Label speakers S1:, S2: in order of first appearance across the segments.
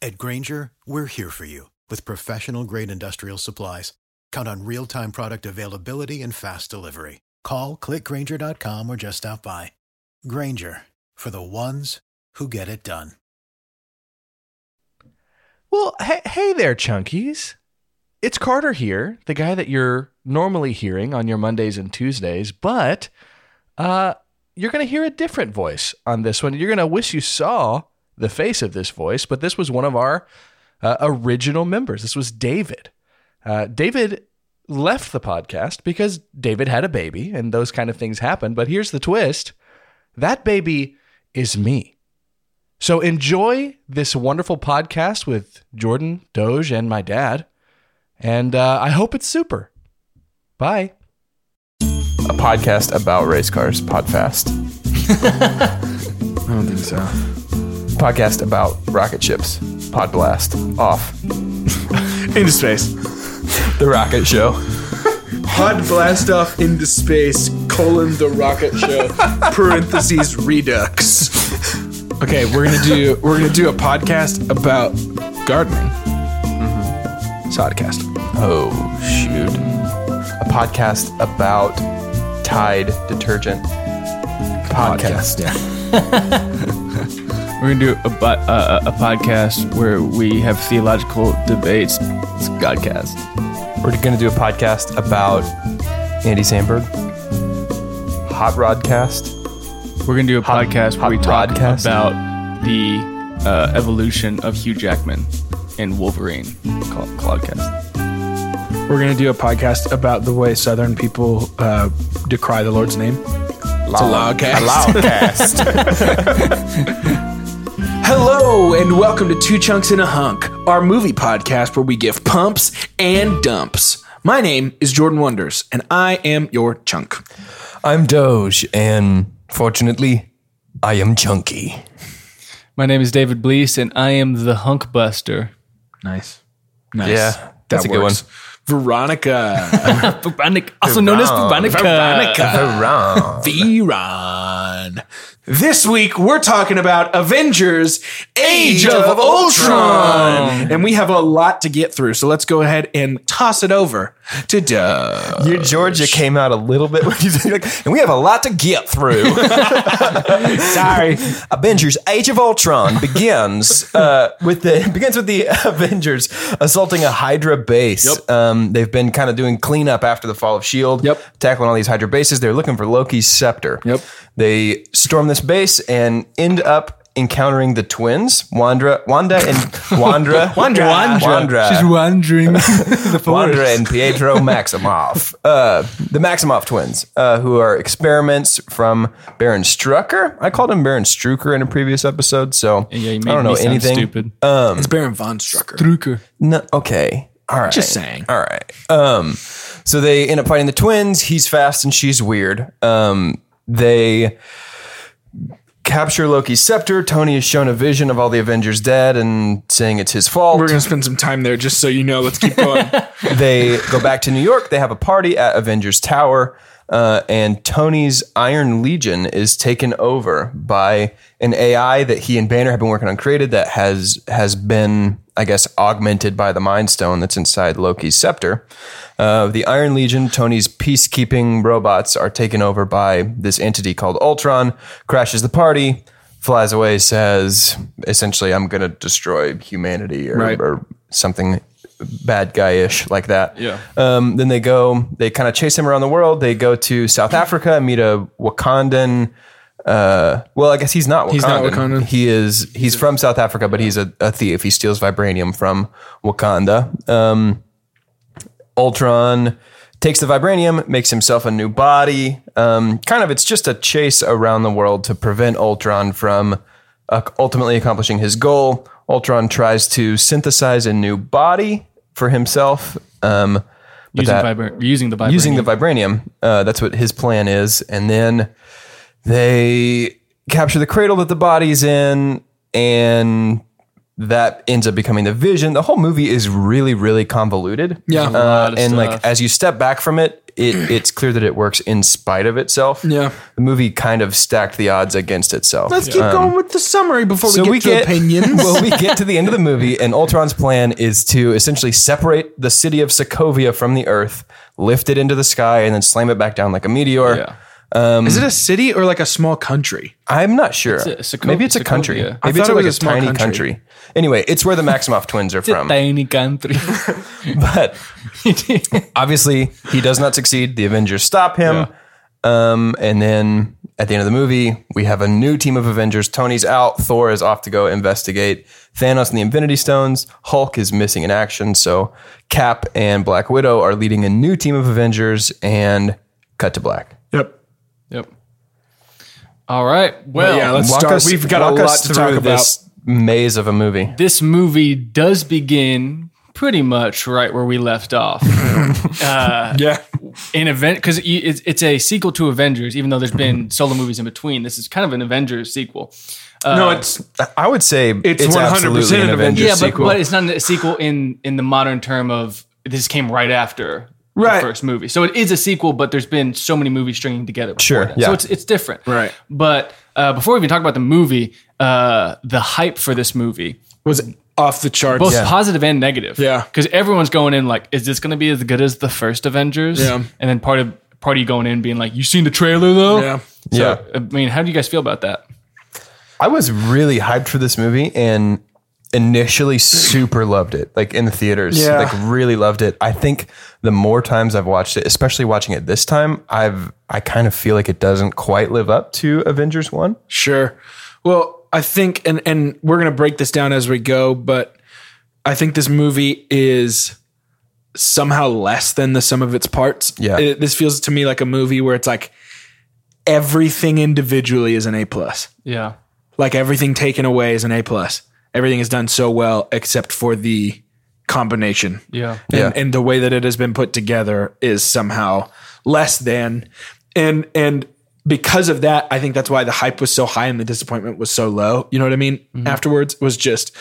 S1: At Granger, we're here for you with professional grade industrial supplies. Count on real time product availability and fast delivery. Call clickgranger.com or just stop by. Granger for the ones who get it done.
S2: Well, hey, hey there, Chunkies. It's Carter here, the guy that you're normally hearing on your Mondays and Tuesdays, but uh, you're going to hear a different voice on this one. You're going to wish you saw the face of this voice, but this was one of our uh, original members. This was David. Uh, David left the podcast because David had a baby and those kind of things happen. But here's the twist that baby is me. So enjoy this wonderful podcast with Jordan, Doge, and my dad. And uh, I hope it's super. Bye.
S3: a podcast about race cars, Podfast.
S4: I don't think so.
S3: Podcast about rocket ships, Podblast. Off.
S4: Into space.
S3: The Rocket Show.
S4: Pod blast off into space, colon the rocket show, parentheses redux. Okay, we're gonna do we're gonna do a podcast about gardening. Sodcast.
S3: Mm-hmm. Oh, shoot. A podcast about Tide detergent. Podcast.
S4: Yeah.
S5: We're gonna do a, bu- uh, a podcast where we have theological debates. It's Godcast.
S3: We're going to do a podcast about Andy Samberg. Hot Rodcast.
S5: We're gonna do a
S3: Hot-
S5: podcast
S3: hot
S5: where we talk
S3: broadcast?
S5: about the uh, evolution of Hugh Jackman and Wolverine. Called Cloudcast.
S4: We're gonna do a podcast about the way Southern people uh, decry the Lord's name.
S3: It's
S4: logcast.
S3: A logcast.
S4: Hello and welcome to Two Chunks in a Hunk, our movie podcast where we give pumps and dumps. My name is Jordan Wonders, and I am your chunk.
S6: I'm Doge, and fortunately, I am chunky.
S5: My name is David Bleese, and I am the Hunk Buster.
S4: Nice. Nice.
S6: Yeah, that's a good one.
S4: one. Veronica.
S5: Bubonic, also known as uh, Bubonica.
S4: Veronica. Veron. This week, we're talking about Avengers Age, of, Ultron. And we have a lot to get through. So let's go ahead and toss it over to Doug.
S5: Uh,
S6: Your Georgia came out a little bit when you said, like, and we have a lot to get through.
S4: Sorry.
S6: Avengers: Age of Ultron begins uh, with the begins with the Avengers assaulting a Hydra base. Um, they've been kind of doing cleanup after the fall of Shield.
S5: Yep.
S6: E tackling all these Hydra bases. They're looking for Loki's scepter.
S5: Yep.
S6: They storm this base and end up encountering the twins, Wanda, Wanda, and Wanda, Wanda, Wanda.
S5: She's wandering the forest.
S6: Wanda and Pietro Maximoff, uh, the Maximoff twins, uh, who are experiments from Baron Strucker. I called him Baron Strucker in a previous episode, so
S5: Yeah, you
S6: I
S5: made
S6: don't know
S5: me sound
S6: anything. Um,
S5: Stupid.
S4: It's Baron Von Strucker.
S5: Drucker.
S6: No, okay, all right,
S4: Just saying.
S6: All right. Um, so they end up fighting the twins. He's fast and she's weird. Um, they capture Loki's scepter. Tony is shown a vision of all the Avengers dead and saying it's his fault.
S4: We're going to spend some time there just so you know. Let's keep going.
S6: they go back to New York. They have a party at Avengers Tower. Uh, and Tony's Iron Legion is taken over by an AI that he and Banner have been working on created that has has been, I guess, augmented by the Mind Stone that's inside Loki's scepter. Uh, the Iron Legion, Tony's peacekeeping robots, are taken over by this entity called Ultron. Crashes the party, flies away, says essentially, "I'm going to destroy humanity" or,
S4: Right.
S6: or something bad guy-ish like that.
S5: Yeah.
S6: Um, then they go, they kind of chase him around the world. They go to South Africa and meet a Wakandan. Uh, well, I guess he's not Wakandan. He's
S4: not Wakandan.
S6: He is. He's, from South Africa, but he's a, a thief. He steals vibranium from Wakanda. Um, Ultron takes the vibranium, makes himself a new body. Um, kind of, it's just a chase around the world to prevent Ultron from uh, ultimately accomplishing his goal. Ultron tries to synthesize a new body for himself. Um, but
S5: Using,
S6: that-
S5: vibra- using the vibranium.
S6: using the vibranium. Uh, that's what his plan is. And then they capture the cradle that the body's in, and that ends up becoming the vision. The whole movie is really, really convoluted.
S4: Yeah.
S6: Uh,
S4: A
S5: lot of
S6: and
S5: stuff.
S6: like as you step back from it, it it's clear that it works in spite of itself.
S4: Yeah.
S6: the movie kind of stacked the odds against itself.
S4: Let's keep going with the summary before
S6: so
S4: we get to opinions.
S6: well, we get to the end of the movie, and Ultron's plan is to essentially separate the city of Sokovia from the Earth, lift it into the sky, and then slam it back down like a meteor.
S5: Yeah.
S4: Is it a city or like a small country?
S6: I'm not sure.
S5: It's a- Soko-
S6: Maybe it's a country.
S5: Sokovia.
S6: Maybe
S5: I
S6: it's
S4: thought it
S6: like
S4: was a
S6: a,
S4: small
S6: tiny
S4: country.
S6: country. Anyway, it's where the Maximoff twins are from.
S5: Tiny country.
S6: But obviously, he does not succeed. The Avengers stop him. Um, and then at the end of the movie, we have a new team of Avengers. Tony's out. Thor is off to go investigate Thanos and the Infinity Stones. Hulk is missing in action. So Cap and Black Widow are leading a new team of Avengers and cut to black.
S4: Yep.
S5: yep. All right. Well,
S4: yeah, let's
S6: Walk
S4: start.
S6: us-
S4: We've got a
S6: walk
S4: lot
S6: us
S4: to talk
S6: through
S4: about.
S6: this maze of a movie.
S5: this movie does begin pretty much right where we left off.
S4: Yeah.
S5: an event because it's, it's a sequel to Avengers, even though there's been solo movies in between. This is kind of an Avengers sequel.
S6: Uh,
S4: no, it's
S6: I would say it's,
S4: 100%
S6: absolutely
S4: an
S6: an Avengers
S4: Avengers
S5: yeah, but,
S6: sequel.
S5: but it's not a sequel in in the modern term of this came right after
S4: Right.
S5: the first movie. So it is a sequel, but there's been so many movies stringing together. before
S6: Sure,
S5: that.
S6: yeah.
S5: So it's it's different.
S4: Right.
S5: But uh, before we even talk about the movie, uh, the hype for this movie
S4: was off the charts.
S5: both positive and negative.
S4: Yeah.
S5: because everyone's going in like, is this going to be as good as the first Avengers?
S4: Yeah.
S5: and then part of part of you going in being like, you seen the trailer though?
S4: Yeah.
S6: yeah.
S5: I mean, how do you guys feel about that?
S6: I was really hyped for this movie and initially super loved it, like in the theaters.
S4: Yeah.
S6: Like really loved it. I think the more times I've watched it, especially watching it this time, I've I kind of feel like it doesn't quite live up to Avengers One.
S4: Sure. Well, I think, and and we're gonna break this down as we go, but I think this movie is somehow less than the sum of its parts.
S6: Yeah.
S4: It- this feels to me like a movie where it's like everything individually is an A plus.
S5: Yeah,
S4: Like everything taken away is an A plus. Everything is done so well except for the combination.
S5: yeah.
S6: Yeah.
S4: And, and the way that it has been put together is somehow less than and and because of that i think that's why the hype was so high and the disappointment was so low you know what i mean
S5: Mm-hmm.
S4: afterwards was just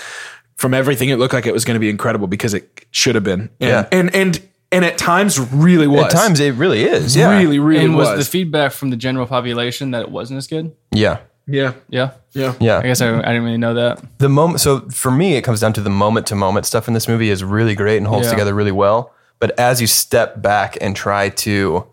S4: from everything it looked like it was going to be incredible because it should have been and,
S6: Yeah.
S4: and and and at times really was
S6: At times it really is. Yeah.
S4: really really
S5: and was,
S4: was,
S5: the feedback from the general population that it wasn't as good?
S6: Yeah.
S4: yeah
S5: Yeah,
S4: yeah
S6: Yeah.
S5: I guess I, I didn't really know that.
S6: the moment so for me it comes down to the moment to moment stuff in this movie is really great and holds
S5: Yeah.
S6: together really well but as you step back and try to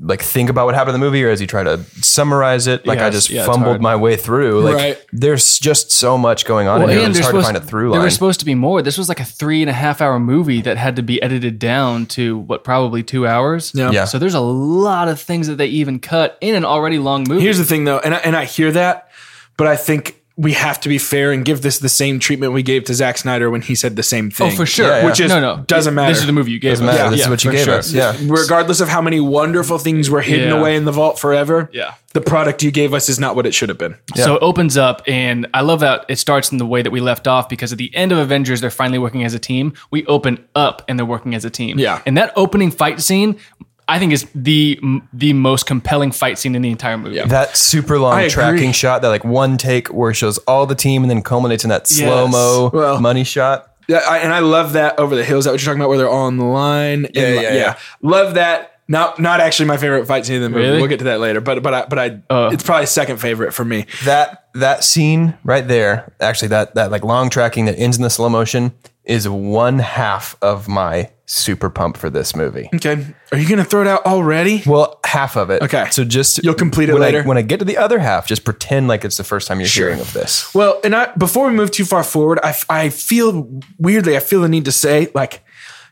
S6: like think about what happened in the movie or as you try to summarize it like i
S5: Yes,
S6: just
S5: yeah, it's hard.
S6: fumbled my way through like
S4: Right.
S6: there's just so much going on in here that it's hard to find a through
S5: there
S6: line
S5: was supposed to be more. This was like a three and a half hour movie that had to be edited down to what probably two hours.
S6: Yeah.
S5: So there's a lot of things that they even cut in an already long movie.
S4: Here's the thing, though, and I, and I hear that, but I think we have to be fair and give this the same treatment we gave to Zack Snyder when he said the same thing.
S5: oh, for sure.
S6: Yeah, yeah.
S4: Which is
S5: no, no,
S4: doesn't matter.
S5: This is the movie you gave.
S6: doesn't
S5: us.
S6: matter
S4: Yeah,
S6: this
S4: yeah,
S6: is what you
S5: for
S6: gave
S5: sure.
S6: us yeah
S4: regardless of how many wonderful things were hidden
S5: Yeah.
S4: away in the vault forever,
S5: Yeah.
S4: the product you gave us is not what it should have been.
S5: So it opens up, and I love that it starts in the way that we left off because at the end of Avengers, they're finally working as a team. We open up, and they're working as a team.
S4: Yeah.
S5: and that opening fight scene, I think, is the the most compelling fight scene in the entire movie.
S6: that super long
S4: agree.
S6: tracking shot that like one take where it shows all the team and then culminates in that slow-mo
S4: Well-
S6: money shot
S4: Yeah, I, and I love that over the hills. That what you're talking about, where they're all on the line. Yeah, and,
S6: yeah, yeah.
S4: Love that. Not not actually my favorite fight scene in the movie.
S5: Really? Oh.
S4: We'll get to that later. But but I but I it's probably second favorite for me.
S6: that that scene right there actually that that like long tracking that ends in the slow motion is one half of my super pump for this movie
S4: Okay. Are you gonna throw it out already?
S6: well half of it
S4: Okay.
S6: so just
S4: You'll complete it
S6: when I-
S4: later?
S6: when i get to the other half just pretend like it's the first time you're hearing of this
S4: Well, and I before we move too far forward, I I feel weirdly I feel the need to say like,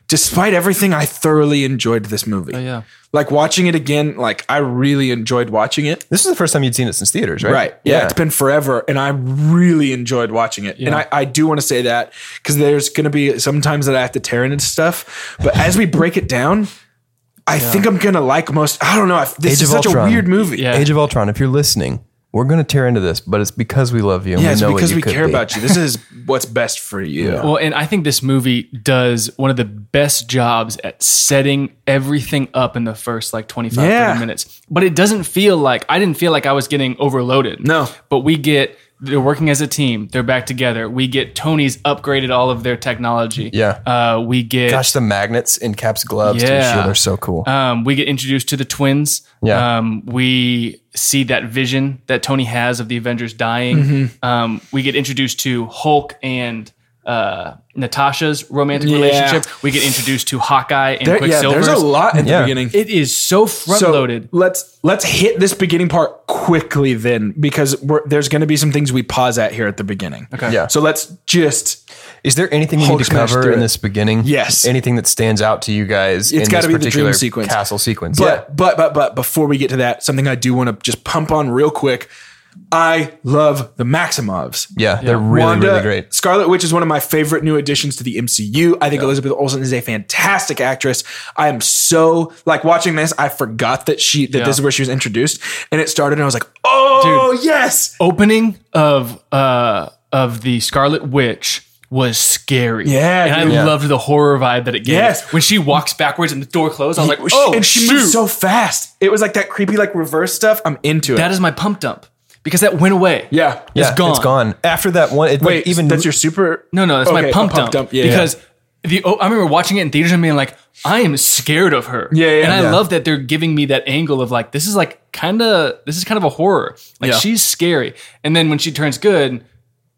S4: despite everything, I thoroughly enjoyed this movie.
S6: Oh,
S5: yeah.
S4: Like watching it again, like I really enjoyed watching it.
S6: this is the first time you'd seen it since theaters right
S4: Right. Yeah. It's been forever. And I really enjoyed watching it. And I, I do want to say that because there's going to be sometimes that I have to tear into stuff. But as we break it down, I think I'm going to like most. I don't know. I, this
S6: Age
S4: is
S6: of
S4: such
S6: Ultron.
S4: a weird movie.
S5: Yeah.
S6: age of ultron if you're listening we're going to tear into this but it's because we love you and
S4: Yeah,
S6: we
S4: it's
S6: know
S4: because
S6: what you
S4: we
S6: could
S4: care
S6: be.
S4: about you. This is what's best for you.
S5: Well, and I think this movie does one of the best jobs at setting everything up in the first like 25,
S4: Yeah.
S5: 30 minutes. But it doesn't feel like I didn't feel like I was getting overloaded.
S4: No.
S5: But we get they're working as a team. They're back together. We get Tony's upgraded all of their technology.
S6: Yeah.
S5: Uh, we get
S6: gosh the magnets in cap's gloves
S5: Yeah.
S6: yeah. shield are so cool
S5: um, we get introduced to the twins.
S6: Yeah.
S5: Um, we see that vision that Tony has of the Avengers dying.
S4: Mm-hmm.
S5: Um, we get introduced to Hulk and uh, Natasha's romantic
S4: Yeah.
S5: relationship. We get introduced to Hawkeye and
S4: There- yeah,
S5: Quicksilver.
S4: there's a lot in the
S6: Yeah.
S4: beginning.
S5: It is so front
S4: So
S5: loaded.
S4: let's let's hit this beginning part quickly then, because we're, there's going to be some things we pause at here at the beginning. Okay.
S6: Yeah.
S4: So let's just.
S6: Is there anything we
S4: Hulk
S6: need to
S4: smash
S6: cover
S4: through
S6: in
S4: it.
S6: this beginning?
S4: Yes.
S6: Anything that stands out to you guys?
S4: It's
S6: in this
S4: gotta be the dream
S6: particular
S4: sequence.
S6: castle sequence.
S4: But but but but before we get to that, something I do want to just pump on real quick. I love the Maximovs.
S6: yeah, yeah, they're really
S4: Wanda-
S6: really great.
S4: Scarlet Witch is one of my favorite new additions to the MCU. I think Elizabeth Olsen is a fantastic actress. I am so like watching this. I forgot that she that this is where she was introduced, and it started, and I was like, oh yes,
S5: Opening of uh, of the Scarlet Witch was scary.
S4: Yeah,
S5: And I
S4: dude.
S5: loved the horror vibe that it gave.
S4: Yes.
S5: When she walks backwards and the door closed, I was like, oh,
S4: and she
S5: shoot.
S4: moved so fast. It was like that creepy like reverse stuff. I'm into it.
S5: that is my pump dump because that went away.
S4: yeah.
S6: Yeah,
S5: gone.
S6: It's gone. After that one, it,
S4: Wait,
S6: like, even
S4: that's your super.
S5: No, no, that's
S4: Okay,
S5: my
S4: a
S5: pump, dump.
S4: Yeah,
S5: because the oh, I remember watching it in theaters and being like, I am scared of her.
S4: Yeah, yeah,
S5: And I
S4: yeah.
S5: love that they're giving me that angle of like, this is like kind of this is kind of a horror. Like
S4: Yeah.
S5: she's scary, and then when she turns good,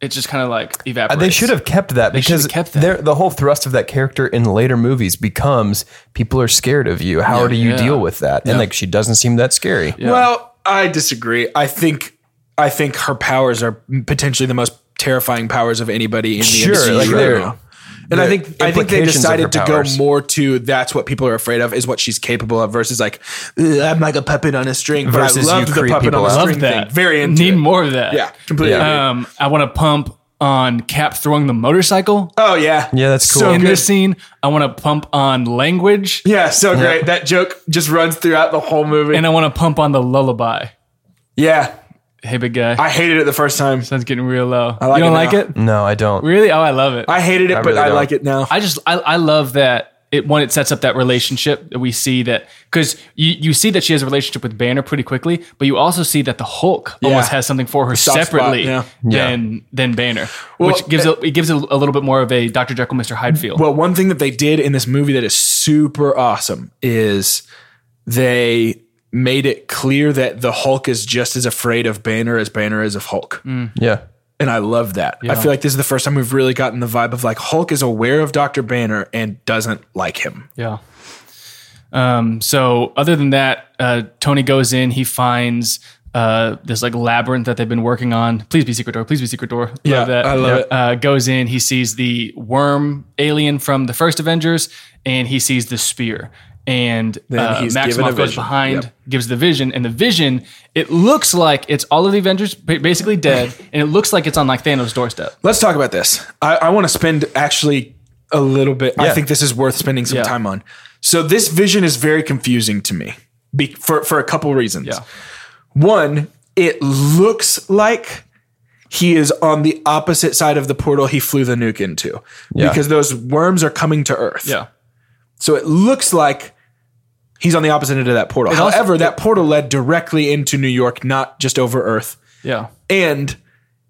S5: it's just kind of like
S6: Uh,
S5: evaporates.
S6: they should have kept that
S5: should have
S6: because
S5: kept that.
S6: they're- the whole thrust of that character in later movies becomes people are scared of you. How do you
S5: Yeah.
S6: deal with that? And like she doesn't seem that scary.
S4: yeah. Well, I disagree. I think I think her powers are potentially the most terrifying powers of anybody in the
S6: Sure,
S4: MCU
S6: like,
S4: right
S6: they're-
S4: now. And I think I think they
S6: implications of her
S4: decided to go
S6: powers.
S4: more to that's what people are afraid of is what she's capable of versus like "Ugh, I'm like a puppet on a string. But
S6: Versus you
S4: I loved the
S6: creep
S4: puppet on
S6: people
S4: a
S6: out.
S5: Love
S4: string
S5: that.
S4: thing. Very into
S5: need
S4: it.
S5: more of that.
S4: Yeah, completely. agree.
S5: Um, I want to pump on Cap throwing the motorcycle
S4: oh yeah,
S6: Yeah, that's cool.
S4: So
S5: in
S4: good.
S5: this scene. I want to pump on language,
S4: yeah, so great. That joke just runs throughout the whole movie.
S5: and I want to pump on the lullaby.
S4: yeah,
S5: Hey, big guy,
S4: I hated it the first time.
S5: sounds getting real low.
S4: like
S5: you don't
S4: it
S5: like
S4: now.
S5: it?
S6: No, I don't.
S5: Really? Oh, I love it.
S4: I hated it, but
S6: really
S4: I
S6: don't.
S4: like it now.
S5: I just I, I love that it one it sets up that relationship that we see that because you, you see that she has a relationship with Banner pretty quickly, but you also see that the Hulk almost has something for her
S4: Soft spot,
S5: separately
S4: yeah.
S5: than than Banner, which gives it, it gives it a little bit more of a Dr. Jekyll Mr. Hyde feel.
S4: Well, one thing that they did in this movie that is super awesome is they made it clear that the Hulk is just as afraid of Banner as Banner is of Hulk.
S6: Yeah.
S4: And I love that. I feel like this is the first time we've really gotten the vibe of like Hulk is aware of Dr. Banner and doesn't like him.
S5: yeah. Um. So other than that, uh, Tony goes in. He finds. Uh, this like labyrinth that they've been working on. Please be secret door. Please be secret door. Love
S4: Yeah,
S5: that.
S4: I love it.
S5: uh, goes in. He sees the worm alien from the first Avengers, and he sees the spear. And uh,
S4: he's given a
S5: Maximoff goes
S4: vision.
S5: behind, gives the vision, and the vision. It looks like it's all of the Avengers ba- basically dead, and it looks like it's on like Thanos' doorstep.
S4: Let's talk about this. I, I want to spend actually a little bit. I think this is worth spending some
S5: Yeah.
S4: time on. So this vision is very confusing to me be, for for a couple reasons.
S5: Yeah.
S4: One, it looks like he is on the opposite side of the portal he flew the nuke into because those worms are coming to Earth.
S5: Yeah.
S4: So it looks like he's on the opposite end of that portal.
S5: also-
S4: However, that portal led directly into New York, not just over Earth.
S5: Yeah.
S4: And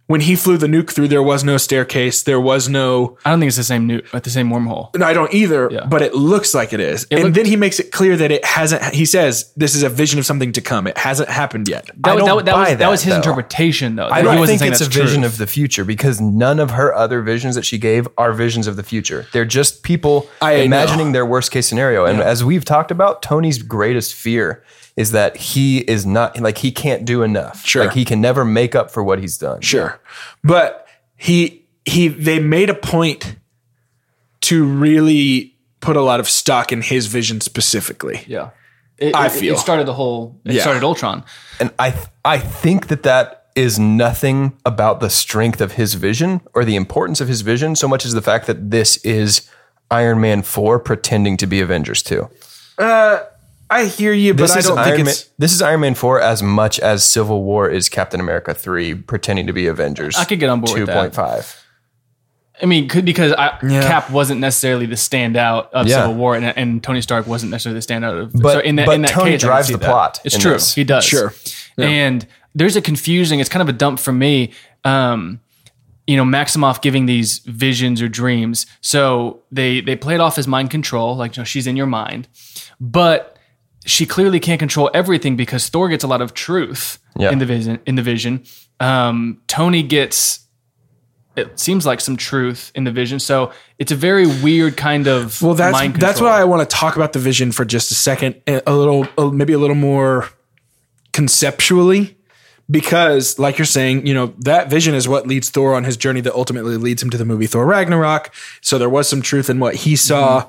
S4: when he flew the nuke through, there was no staircase. There was no.
S5: I don't think it's the same new, at the same wormhole.
S4: No, I don't either,
S5: Yeah.
S4: but it looks like it is. and
S5: looked-
S4: then he makes it clear that it hasn't. He says this is a vision of something to come. It hasn't happened yet.
S5: That, was-
S6: don't
S5: that, was- that
S6: buy
S5: was, that
S6: that,
S5: was his
S6: though.
S5: interpretation, though.
S6: I
S5: He
S6: don't
S5: wasn't
S6: think
S5: saying
S6: it's a
S5: that's
S6: vision
S5: true.
S6: of the future because none of her other visions that she gave are visions of the future. They're just people
S4: I know.
S6: imagining their worst case scenario. And as we've talked about, Tony's greatest fear is that he is not like he can't do enough.
S4: Sure.
S6: Like he can never make up for what he's done.
S4: Sure. But he he they made a point to really put a lot of stock in his vision specifically.
S5: Yeah. It,
S4: I
S5: it-
S4: feel.
S5: It started the whole, it
S4: Yeah.
S5: started Ultron.
S6: And I th- I think that that is nothing about the strength of his vision or the importance of his vision so much as the fact that this is Iron Man 4 pretending to be Avengers 2.
S4: Uh, I hear you, but
S6: This
S4: I
S6: is
S4: don't
S6: Iron
S4: think
S6: Man,
S4: it's
S6: this is Iron Man four as much as Civil War is Captain America three pretending to be Avengers.
S5: I could get on board
S6: Two
S5: with that.
S6: point five.
S5: I mean, could, because I, Cap wasn't necessarily the standout of
S6: Yeah.
S5: Civil War, and, and Tony Stark wasn't necessarily the standout of.
S6: But-
S5: in that,
S6: but
S5: in that
S6: Tony
S5: case, I
S6: drives
S5: can see
S6: the plot
S5: It's
S6: in
S5: true,
S6: this.
S5: he does.
S4: Sure.
S5: and there's a confusing. It's kind of a dump for me. Um, you know, Maximoff giving these visions or dreams. So they they play it off as mind control, like you know, she's in your mind, but she clearly can't control everything because Thor gets a lot of truth
S6: Yeah.
S5: in the vision. In the vision, um, Tony gets it seems like some truth in the vision. So it's a very weird kind of
S4: well that's
S5: mind
S4: that's
S5: control.
S4: why I want to talk about the vision for just a second and a little uh, maybe a little more conceptually because like you're saying, you know, that vision is what leads Thor on his journey that ultimately leads him to the movie Thor Ragnarok. So there was some truth in what he saw.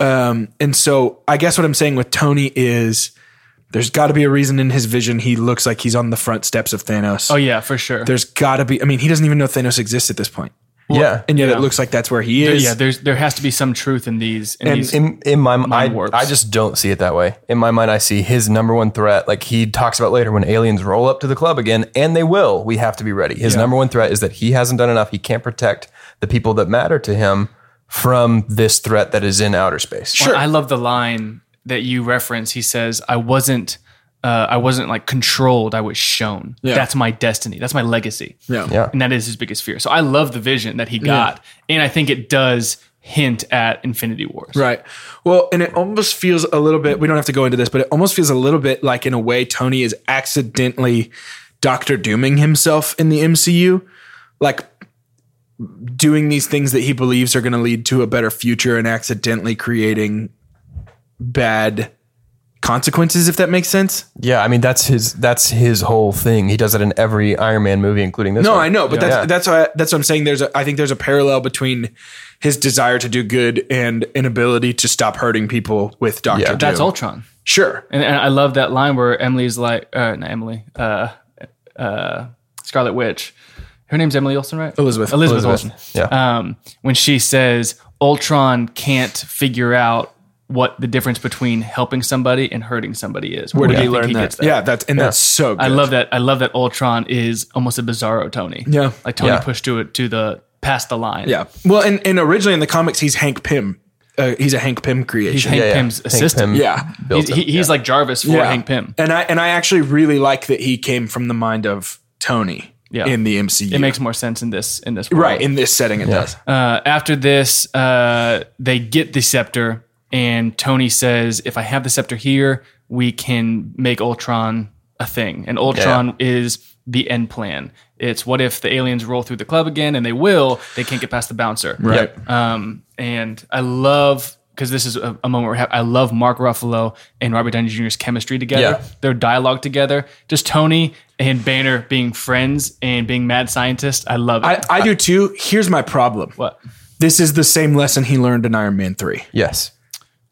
S5: Mm-hmm.
S4: Um, and so I guess what I'm saying with Tony is there's got to be a reason in his vision he looks like he's on the front steps of Thanos.
S5: Oh yeah, for sure.
S4: There's got to be. I mean, he doesn't even know Thanos exists at this point,
S6: yeah.
S4: and yet it looks like that's where he is.
S5: yeah, there's there has to be some truth in these. In these
S6: in, in my I,
S5: warps.
S6: I just don't see it that way. In my mind, I see his number one threat, like he talks about later when aliens roll up to the club again, and they will. We have to be ready. His number one threat is that he hasn't done enough. He can't protect the people that matter to him from this threat that is in outer space.
S5: Well, I love the line that you reference. He says, "I wasn't, uh, I wasn't like controlled. I was shown. That's my destiny. That's my legacy. Yeah.
S6: Yeah.
S5: and that is his biggest fear. So I love the vision that he got, and I think it does hint at Infinity Wars.
S4: Right. Well, and it almost feels a little bit, we don't have to go into this, but it almost feels a little bit like, in a way, Tony is accidentally Doctor Dooming himself in the MCU. Like, doing these things that he believes are going to lead to a better future and accidentally creating bad consequences, if that makes sense.
S6: Yeah, I mean that's his that's his whole thing. He does it in every Iron Man movie, including this.
S4: No,
S6: one.
S4: Oh, I know, but that's
S6: Yeah.
S4: that's why that's what I'm saying. There's a, I think there's a parallel between his desire to do good and inability to stop hurting people with Doctor.
S6: Yeah.
S4: Doom.
S5: That's Ultron.
S4: Sure.
S5: And, and I love that line where Emily's like, uh, not Emily, uh, uh, Scarlet Witch. Her name's Emily Olsen, right?
S4: Elizabeth.
S5: Elizabeth, Olsen.
S6: Yeah.
S5: um, when she says Ultron can't figure out what the difference between helping somebody and hurting somebody is. Where
S4: Did
S5: do
S4: he
S5: you think
S4: learn
S5: he
S4: that?
S5: gets
S4: Yeah, that's and that's so. Good.
S5: I love that. I love that Ultron is almost a bizarro Tony.
S4: Yeah.
S5: like Tony
S6: Yeah.
S5: pushed to it to the past the line.
S4: Yeah. Well, and, and originally in the comics, he's Hank Pym. Uh, he's a Hank Pym
S5: he's
S4: creation.
S5: Hank
S6: Yeah, yeah.
S5: Pym's
S6: Hank
S5: assistant.
S6: Pym
S4: Yeah.
S6: built
S5: he's,
S6: him.
S5: he, he's like Jarvis for
S4: yeah.
S5: Hank Pym.
S4: And I and I actually really like that he came from the mind of Tony
S5: Yeah.
S4: in the MCU.
S5: It makes more sense in this in this world.
S4: right in this setting. It does.
S5: Uh, after this, uh, they get the scepter, and Tony says, "If I have the scepter here, we can make Ultron a thing." And Ultron is the end plan. It's what if the aliens roll through the club again, and they will. They can't get past the bouncer.
S4: Right.
S5: Um, and I love because this is a, a moment where we have- I love Mark Ruffalo and Robert Downey Jr.'s chemistry together,
S6: Yeah.
S5: their dialogue together, just Tony and Banner being friends and being mad scientists. I love it.
S4: I, I do too. Here's my problem.
S5: what
S4: This is the same lesson he learned in Iron Man three.
S6: yes.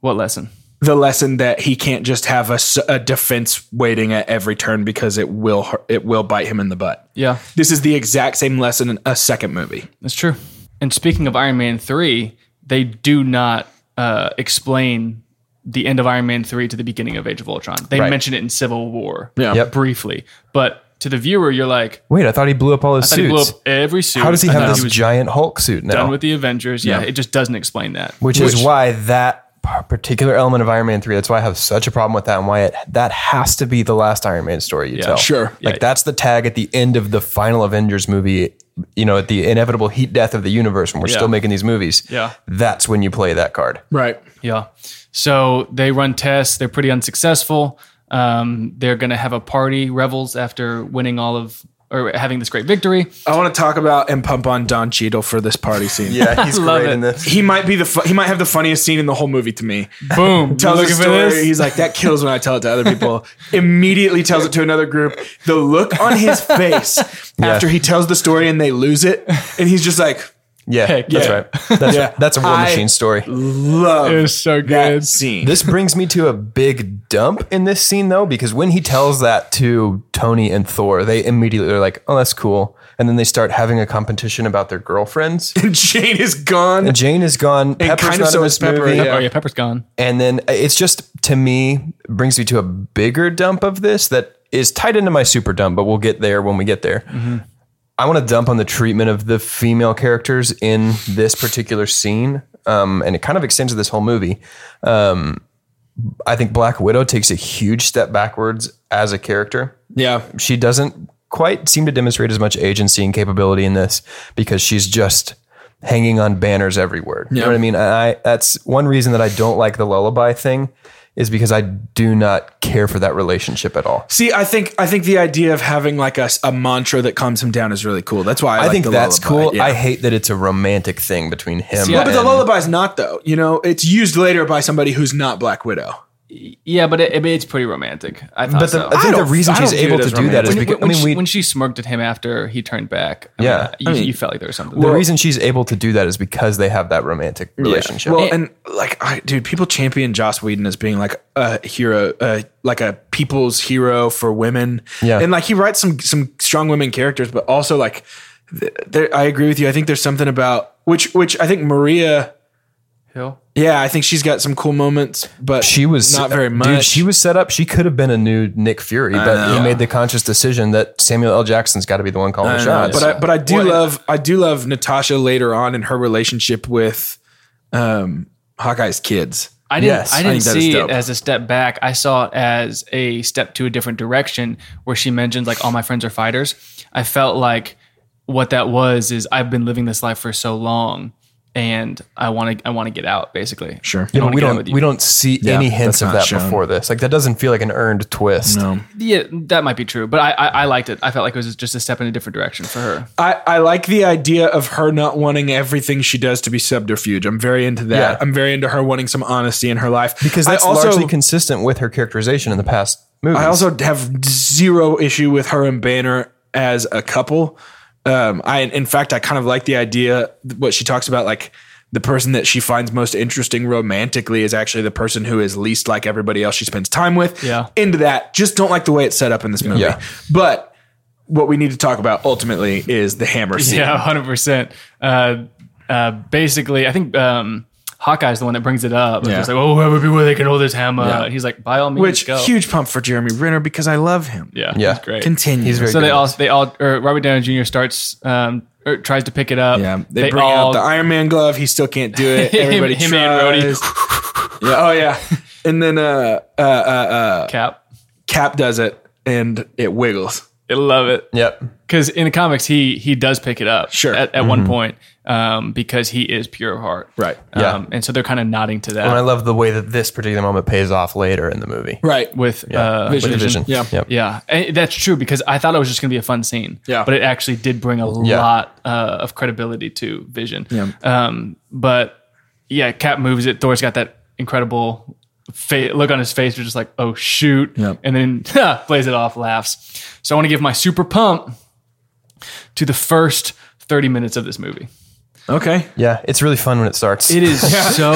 S5: what lesson?
S4: The lesson that he can't just have a, s- a defense waiting at every turn because it will hu- it will bite him in the butt.
S5: Yeah.
S4: This is the exact same lesson in a second movie.
S5: That's true. And speaking of Iron Man 3, they do not uh, explain the end of Iron Man 3 to the beginning of Age of Ultron. They mention it in Civil War
S4: Yeah. Yep.
S5: briefly. But to the viewer, you're like,
S6: Wait, I thought he blew up all his
S5: I
S6: suits.
S5: blew up every suit.
S6: How does he
S5: I
S6: have
S5: thought
S6: this
S5: was
S6: giant Hulk suit now?
S5: done with the Avengers? Yeah, it just doesn't explain that.
S6: which, is why that par- particular element of Iron Man three. That's why I have such a problem with that, and why it that has to be the last Iron Man story you tell.
S4: sure.
S6: like that's the tag at the end of the final Avengers movie you know, at the inevitable heat death of the universe when we're still making these movies,
S5: Yeah.
S6: that's when you play that card.
S4: Right.
S5: Yeah. So they run tests. They're pretty unsuccessful. Um, they're going to have a party, revels, after winning all of or having this great victory.
S4: I want to talk about and pump on Don Cheadle for this party scene.
S6: Yeah, he's
S5: Love
S6: great
S5: it.
S6: in this.
S4: He might be the fu- he might have the funniest scene in the whole movie to me.
S5: Boom.
S4: tells
S5: Looking
S4: a
S5: for
S4: story.
S5: this?
S4: He's like, that kills when I tell it to other people. Immediately tells it to another group. The look on his face after he tells the story and they lose it, and he's just like,
S6: Yeah, that's
S4: yeah.
S6: right. That's,
S4: Yeah.
S6: that's a War
S4: I-
S6: Machine story.
S4: love
S5: It's so
S4: that
S5: good.
S4: scene.
S6: This brings me to a big dump in this scene though, because when he tells that to Tony and Thor, they immediately are like, "Oh, that's cool," and then they start having a competition about their girlfriends.
S4: Jane is gone.
S6: Jane is gone. Pepper's
S4: kind of
S6: not
S4: so
S6: in
S4: is
S6: this
S4: Pepper,
S6: movie.
S4: yeah.
S5: Oh yeah, Pepper's gone.
S6: And then uh, it's just to me brings me to a bigger dump of this that is tied into my super dump, but we'll get there when we get there. Mm-hmm. I want to dump on the treatment of the female characters in this particular scene, um, and it kind of extends to this whole movie. Um, I think Black Widow takes a huge step backwards as a character
S4: Yeah.
S6: she doesn't quite seem to demonstrate as much agency and capability in this because she's just hanging on banners every word. You know what I mean? And I that's one reason that I don't like the lullaby thing is because I do not care for that relationship at all.
S4: See, I think I think the idea of having like a, s- a mantra that calms him down is really cool. That's why I,
S6: I,
S4: like
S6: think
S4: the
S6: that's
S4: lullaby.
S6: cool.
S4: Yeah.
S6: I hate that it's a romantic thing between him.
S5: Yeah,
S4: Well, but the
S6: and-
S4: lullaby's not though. You know, it's used later by somebody who's not Black Widow.
S5: Yeah, but it, it- it's pretty romantic. I thought
S6: but the,
S5: so.
S6: I think the
S4: don't-
S6: reason
S4: I
S6: she's
S4: don't view
S6: able
S4: it
S6: to
S4: as
S6: do that is
S5: when,
S6: because
S4: romantic.
S5: when
S6: I mean
S5: she,
S6: we
S5: when she smirked at him after he turned back, I
S6: Yeah.
S5: mean, uh, you, you felt like there was something.
S6: the
S5: there.
S6: reason she's able to do that is because they have that romantic relationship.
S4: Well, and like, I, dude, people champion Joss Whedon as being like a hero, uh, like a people's hero for women.
S6: Yeah.
S4: and like he writes some some strong women characters, but also like, th- there, I agree with you. I think there's something about which which I think Maria.
S5: Hill?
S4: Yeah, I think she's got some cool moments, but
S6: She was
S4: not very much.
S6: Dude, she was set up. She could have been a new Nick Fury, but he made the conscious decision that Samuel L. Jackson's got to be the one calling the shots.
S4: Uh, but I, but I do love I do love Natasha later on in her relationship with um, Hawkeye's kids.
S5: I didn't.
S6: Yes,
S5: I
S6: I
S5: didn't
S4: think that is
S5: see it
S4: dope.
S5: as a step back. I saw it as a step to a different direction, where she mentions like all my friends are fighters. I felt like what that was is I've been living this life for so long, and I want to. I want to get out, basically. Sure.
S6: Yeah, but we don't we don't see any hints
S4: that's
S6: of
S4: not
S6: that
S4: shown.
S6: before this. Like that doesn't feel like an earned twist. No.
S5: Yeah, that might be true, but I, I I liked it. I felt like it was just a step in a different direction for her.
S4: I, I like the idea of her not wanting everything she does to be subterfuge. I'm very into that.
S6: Yeah.
S4: I'm very into her wanting some honesty in her life
S6: Because that's
S4: I also,
S6: largely consistent with her characterization in the past movies.
S4: I also have zero issue with her and Banner as a couple. Um, I in fact I kind of like the idea what she talks about like the person that she finds most interesting romantically is actually the person who is least like everybody else she spends time with.
S5: Yeah.
S4: Into that. Just don't like the way it's set up in this movie.
S6: Yeah.
S4: But what we need to talk about ultimately is the hammer scene.
S5: Yeah, hundred percent. Uh, uh, basically, I think um, Hawkeye's the one that brings it up. Yeah. It's like, oh, whoever be where they can hold this hammer. He's like, by all means,
S4: Which
S5: go.
S4: huge pump for Jeremy Renner because I love him.
S5: Yeah,
S6: Yeah.
S5: it's great.
S4: Continue. He's
S5: so they all, they all, or Robert Downey Jr. starts, um, or tries to pick it up.
S4: yeah. They, bring out the Iron Man glove. He still can't do it.
S5: Him-
S4: Everybody
S5: him and
S4: tries. yeah. Oh yeah. And then uh,
S5: cap.
S4: Cap does it, and it wiggles.
S5: I love it
S6: Yep.
S5: because in the comics he he does pick it up.
S4: Sure. Mm-hmm.
S5: at, at one point, um, because he is pure of heart.
S4: Right.
S6: Yeah.
S5: Um, and so they're kind of nodding to that
S6: And I love the way that this particular moment pays off later in the movie.
S4: Right.
S5: with uh,
S6: With the vision.
S4: Yeah.
S6: Yep.
S5: Yeah, and that's true because I thought it was just going to be a fun scene.
S4: Yeah.
S5: but it actually did bring a
S6: Yeah.
S5: lot uh, of credibility to Vision. Yeah. Um, but yeah, Cap moves it. Thor's got that incredible fa- look on his face, which is like, oh shoot, and then plays it off, laughs. So I want to give my super pump to the first thirty minutes of this movie.
S4: Okay.
S6: Yeah. It's really fun when it starts.
S5: It is so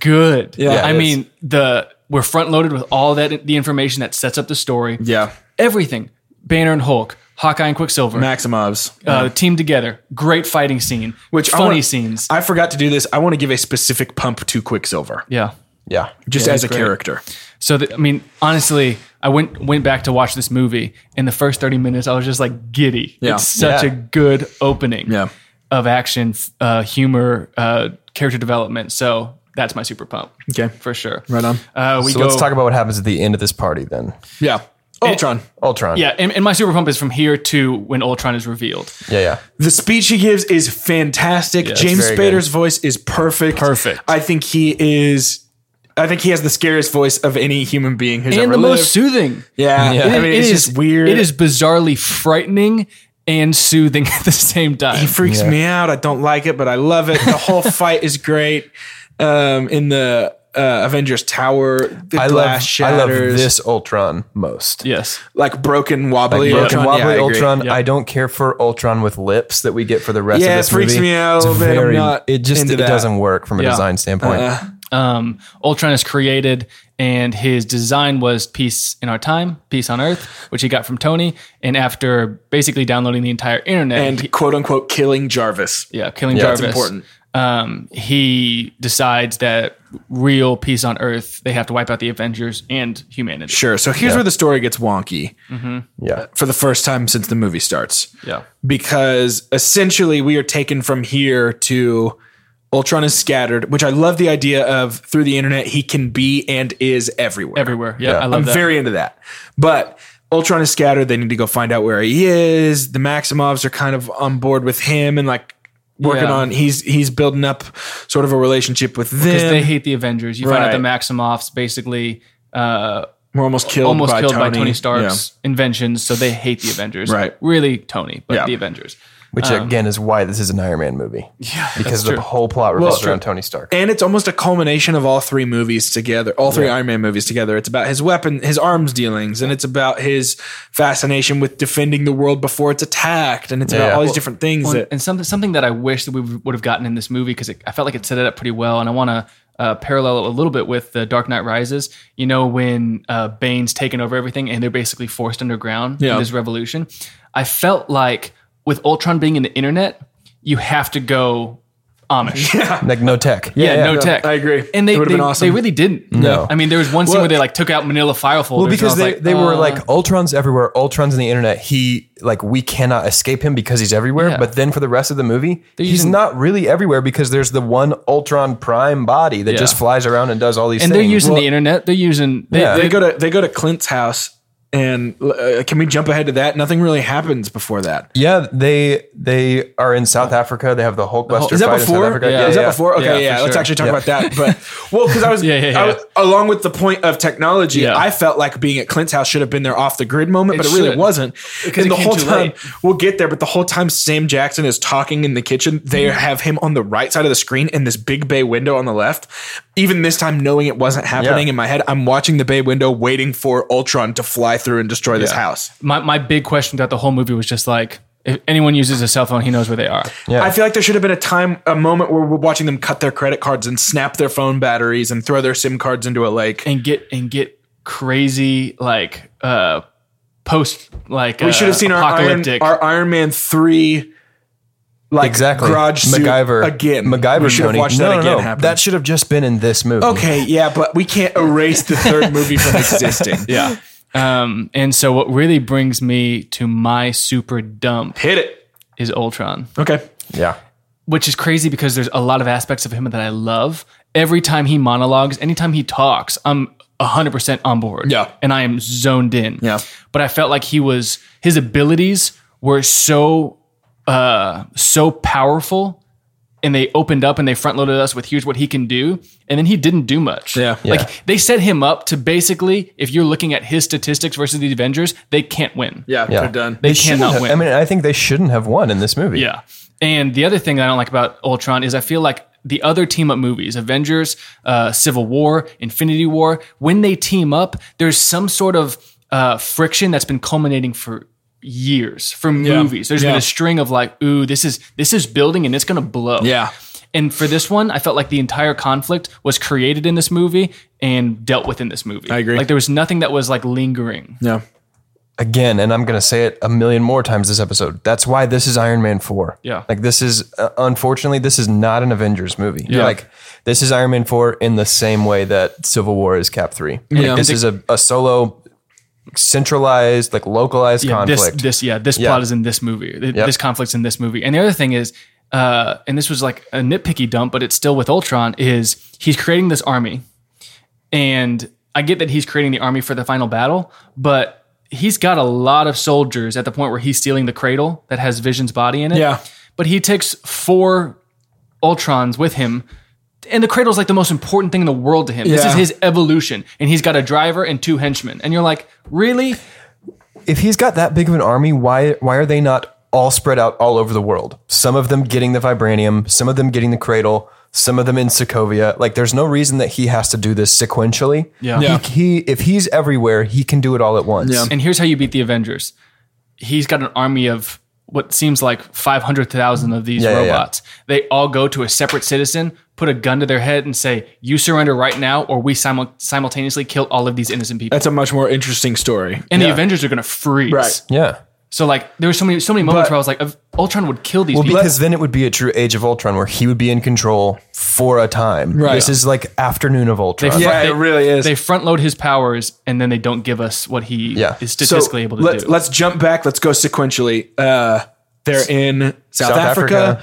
S5: good. Yeah, I
S6: it is.
S5: mean the we're front loaded with all that the information that sets up the story
S4: Yeah.
S5: everything. Banner and Hulk, Hawkeye and Quicksilver,
S4: Maximovs.
S5: uh, team together. Great fighting scene. Which
S4: I
S5: funny
S4: wanna-
S5: scenes?
S4: I forgot to do this. I want to give a specific pump to Quicksilver,
S5: yeah.
S6: Yeah.
S4: just as a character.
S5: So the, I mean, honestly, I went went back to watch this movie. In the first thirty minutes, I was just like giddy.
S4: Yeah.
S5: It's such
S6: Yeah.
S5: a good opening.
S4: Yeah.
S5: Of action, f- uh, humor, uh, character development. So that's my super pump.
S4: Okay.
S5: For sure.
S4: Right on.
S5: Uh, we
S6: So
S5: go,
S6: let's talk about what happens at the end of this party then.
S4: Yeah. Ultron.
S3: Ultron.
S5: Yeah, and, and my super pump is from here to when Ultron is revealed.
S3: Yeah. Yeah.
S4: The speech he gives is fantastic. James
S3: very good.
S4: Spader's voice is perfect.
S5: Perfect.
S4: I think he is. I think he has the scariest voice of any human being who's
S5: and
S4: ever
S5: the
S4: lived.
S5: most soothing.
S4: yeah. I mean, it's just weird.
S5: It is bizarrely frightening and soothing at the same time.
S4: He freaks me out. I don't like it, but I love it. The whole fight is great. Um, in the uh, Avengers Tower, the
S3: I love.
S4: glass
S3: I love
S4: shatters.
S3: this Ultron most.
S5: yes.
S4: like broken wobbly
S3: Broken
S4: Ultron.
S3: wobbly
S4: Yeah, I agree.
S3: Ultron.
S5: Yep.
S3: I don't care for Ultron with lips that we get for the rest
S4: Yeah,
S3: of
S4: it
S3: this
S4: freaks
S3: movie.
S4: me out a
S3: It's
S4: little bit. I'm
S3: very-
S4: not
S3: it just
S4: into
S3: it
S4: that. Uh,
S3: doesn't work from a
S5: Yeah.
S3: design standpoint.
S5: Um, Ultron is created, and his design was peace in our time, peace on Earth, which he got from Tony. And after basically downloading the entire internet,
S4: and quote unquote killing Jarvis.
S5: yeah, killing
S4: That's
S5: Jarvis,
S4: important.
S5: um, he decides that real peace on Earth, they have to wipe out the Avengers and humanity.
S4: Sure. So here's where the story gets wonky
S3: Mm-hmm. yeah.
S4: for the first time since the movie starts.
S5: Yeah.
S4: because essentially we are taken from here to Ultron is scattered, which I love the idea of through the internet, he can be and is everywhere.
S5: Everywhere. Yeah, I love
S4: I'm
S5: that.
S4: very into that. But Ultron is scattered. They need to go find out where he is. The Maximovs are kind of on board with him and like working
S5: Yeah.
S4: on he's he's building up sort of a relationship with them.
S5: because they hate the Avengers. You find out
S4: Right.
S5: the Maximoffs basically uh,
S4: We're almost killed
S5: almost
S4: by
S5: killed by
S4: Tony.
S5: Tony Stark's
S4: Yeah.
S5: inventions, so they hate the Avengers.
S4: Right.
S5: Really, Tony, but
S4: Yeah.
S5: the Avengers.
S3: Which again is why this is an Iron Man movie. Yeah, because the
S5: true.
S3: whole plot revolves
S4: uh. true.
S3: around Tony Stark.
S4: And it's almost a culmination of all three movies together, all three Iron Man movies together. It's about his weapon, his arms dealings, and it's about his fascination with defending the world before it's attacked, and it's about
S3: Yeah.
S4: all these different things.
S5: Well,
S4: that,
S5: and something something that I wish that we would have gotten in this movie because I felt like it set it up pretty well, and I want to uh, parallel it a little bit with the Dark Knight Rises. You know, when uh, Bane's taken over everything and they're basically forced underground
S4: Yeah.
S5: in this revolution. I felt like with Ultron being in the internet, you have to go Amish. Yeah,
S3: Like no tech.
S5: no tech.
S4: I agree.
S5: And they
S4: It would've
S5: they,
S4: been awesome.
S5: they really didn't.
S3: No.
S5: I mean there was one scene where they like took out Manila file folders.
S3: Well, because
S5: and I
S3: they,
S5: was
S3: they were
S5: uh,
S3: like Ultron's everywhere. Ultron's in the internet. He like we cannot escape him because he's everywhere.
S5: Yeah.
S3: But then for the rest of the movie, he's
S5: using-
S3: not really everywhere because there's the one Ultron Prime body that just flies around and does all these.
S5: and
S3: things.
S5: they're using the internet. They're using they,
S3: Yeah.
S4: they go to they go to Clint's house, and uh, can we jump ahead to that? Nothing really happens before that.
S3: Yeah, they they are in South Africa. They have the Hulkbuster.
S4: Is that
S3: fight in South
S4: before?
S3: Africa.
S4: Yeah,
S3: Yeah,
S4: is
S3: yeah.
S4: that before? Okay, yeah.
S5: Yeah, for
S4: Let's
S5: sure.
S4: actually talk about that. But well, because I was,
S5: Yeah, yeah, yeah.
S4: I was- along with the point of technology,
S5: Yeah.
S4: I felt like being at Clint's house should have been their off the grid moment,
S5: It
S4: but it really
S5: should.
S4: wasn't. Because
S5: it
S4: the
S5: came
S4: whole
S5: too
S4: time
S5: late.
S4: we'll get there, but the whole time Sam Jackson is talking in the kitchen, they have him on the right side of the screen in this big bay window on the left. Even this time, knowing it wasn't happening
S3: Yeah.
S4: in my head, I'm watching the bay window, waiting for Ultron to fly through and destroy this house.
S5: my, my big question throughout the whole movie was just like if anyone uses a cell phone, he knows where they are.
S3: Yeah.
S4: I feel like there should have been a time, a moment where we're watching them cut their credit cards and snap their phone batteries and throw their SIM cards into a lake.
S5: And get and get crazy like uh post like
S4: we should have seen our Iron,
S5: uh, apocalyptic.
S4: our Iron Man three, like
S3: exactly.
S4: garage suit
S3: MacGyver
S4: again.
S3: MacGyver.
S4: we should have
S3: Tony.
S4: watched
S3: no,
S4: that
S3: no,
S4: again Oh,
S3: no.
S4: happen.
S3: That should have just been in this movie.
S4: okay, yeah, but we can't erase the third movie from existing.
S5: yeah. Um, and so what really brings me to my super dump
S4: hit it.
S5: is Ultron.
S4: Okay,
S3: Yeah.
S5: which is crazy because there's a lot of aspects of him that I love. Every time he monologues, anytime he talks, I'm 100% on board.
S4: Yeah.
S5: And I am zoned in.
S4: Yeah.
S5: But I felt like he was, his abilities were so, uh, so powerful and they opened up and they front loaded us with here's what he can do. And then he didn't do much.
S4: Yeah.
S3: Yeah.
S5: Like they set him up to basically, if you're looking at his statistics versus the Avengers, they can't win.
S4: yeah,
S3: Yeah.
S4: we're done.
S5: They,
S3: shouldn't
S5: cannot
S3: have-
S5: win.
S3: I mean, I think they shouldn't have won in this movie.
S5: Yeah. And the other thing that I don't like about Ultron is I feel like the other team up movies, Avengers, uh, Civil War, Infinity War, when they team up, there's some sort of uh, friction that's been culminating for years for movies. There's been
S4: Yeah.
S5: a string of like, ooh, this is this is building and it's gonna blow.
S4: Yeah.
S5: And for this one, I felt like the entire conflict was created in this movie and dealt with in this movie. I
S4: agree.
S5: Like there was nothing that was like lingering.
S4: Yeah,
S3: Again, and I'm going to say it a million more times this episode. That's why this is Iron Man 4.
S5: Yeah.
S3: Like, this is, uh, unfortunately, this is not an Avengers movie. Yeah. Like, this is Iron Man 4 in the same way that Civil War is Cap 3. Like,
S4: Yeah.
S3: This is a, a solo, centralized, like, localized
S5: Yeah,
S3: conflict.
S5: This, this yeah, this plot is in this movie. Th-
S3: Yep.
S5: This conflict's in this movie. And the other thing is, uh, and this was like a nitpicky dump, but it's still with Ultron. Is he's creating this army, and I get that he's creating the army for the final battle, but he's got a lot of soldiers at the point where he's stealing the cradle that has Vision's body in it.
S4: Yeah.
S5: But he takes four Ultrons with him. And the cradle's like the most important thing in the world to him. This
S4: Yeah.
S5: is his evolution. And he's got a driver and two henchmen. And you're like, really?
S3: If he's got that big of an army, why why are they not all spread out all over the world? Some of them getting the vibranium, some of them getting the cradle, some of them in Sokovia. Like there's no reason that he has to do this sequentially. Yeah.
S4: Yeah.
S3: He, he if he's everywhere, he can do it all at once.
S4: Yeah.
S5: And here's how you beat the Avengers. He's got an army of what seems like 500,000 of these
S3: Yeah, yeah, yeah.
S5: robots. They all go to a separate citizen, put a gun to their head, and say, You surrender right now, or we simul- simultaneously kill all of these innocent people.
S4: That's a much more interesting story.
S5: and the Avengers are going to freeze.
S4: Right.
S3: Yeah.
S5: So, like, there were so many, so many moments
S3: But-
S5: where I was like, "Av- Ultron would kill these
S3: Well,
S5: people.
S3: because then it would be a true Age of Ultron where he would be in control for a time.
S4: Right.
S3: This is like afternoon of Ultron.
S5: They-
S4: Yeah,
S5: they-
S4: it really is.
S5: They front load his powers, and then they don't give us what he
S3: Yeah.
S5: is statistically able to
S4: let,
S5: do.
S4: Let's jump back. Let's go sequentially. Uh, they're in South,
S3: South
S4: Africa.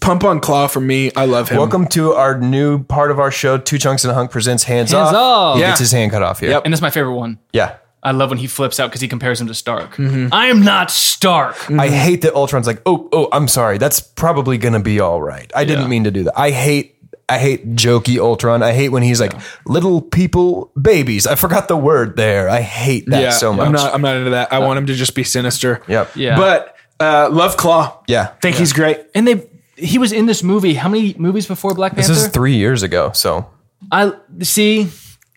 S4: Pump on Claw for me. I love him.
S3: Welcome to our new part of our show, Two Chunks and a Hunk presents Hands,
S5: Hands
S3: Off.
S5: Off.
S3: He
S4: Yeah.
S3: gets his hand cut off here.
S5: and that's my favorite one.
S3: Yeah.
S5: I love when he flips out because he compares him to Stark.
S3: Mm-hmm.
S5: I am not Stark.
S4: Mm-hmm.
S3: I hate that Ultron's like, oh, oh, I'm sorry. That's probably gonna be all right. I didn't mean to do that. I hate, I hate jokey Ultron. I hate when he's like, little people, babies. I forgot the word there. I hate that
S4: yeah,
S3: so much. Uh,
S4: Uh, I'm not. I'm not into that. I want him to just be sinister.
S3: Yep.
S5: Yeah.
S4: But uh, love Claw.
S3: Yeah.
S4: think he's great.
S5: And they he was in this movie. How many movies before Black
S3: This
S5: Panther?
S3: is three years ago, so
S5: I see.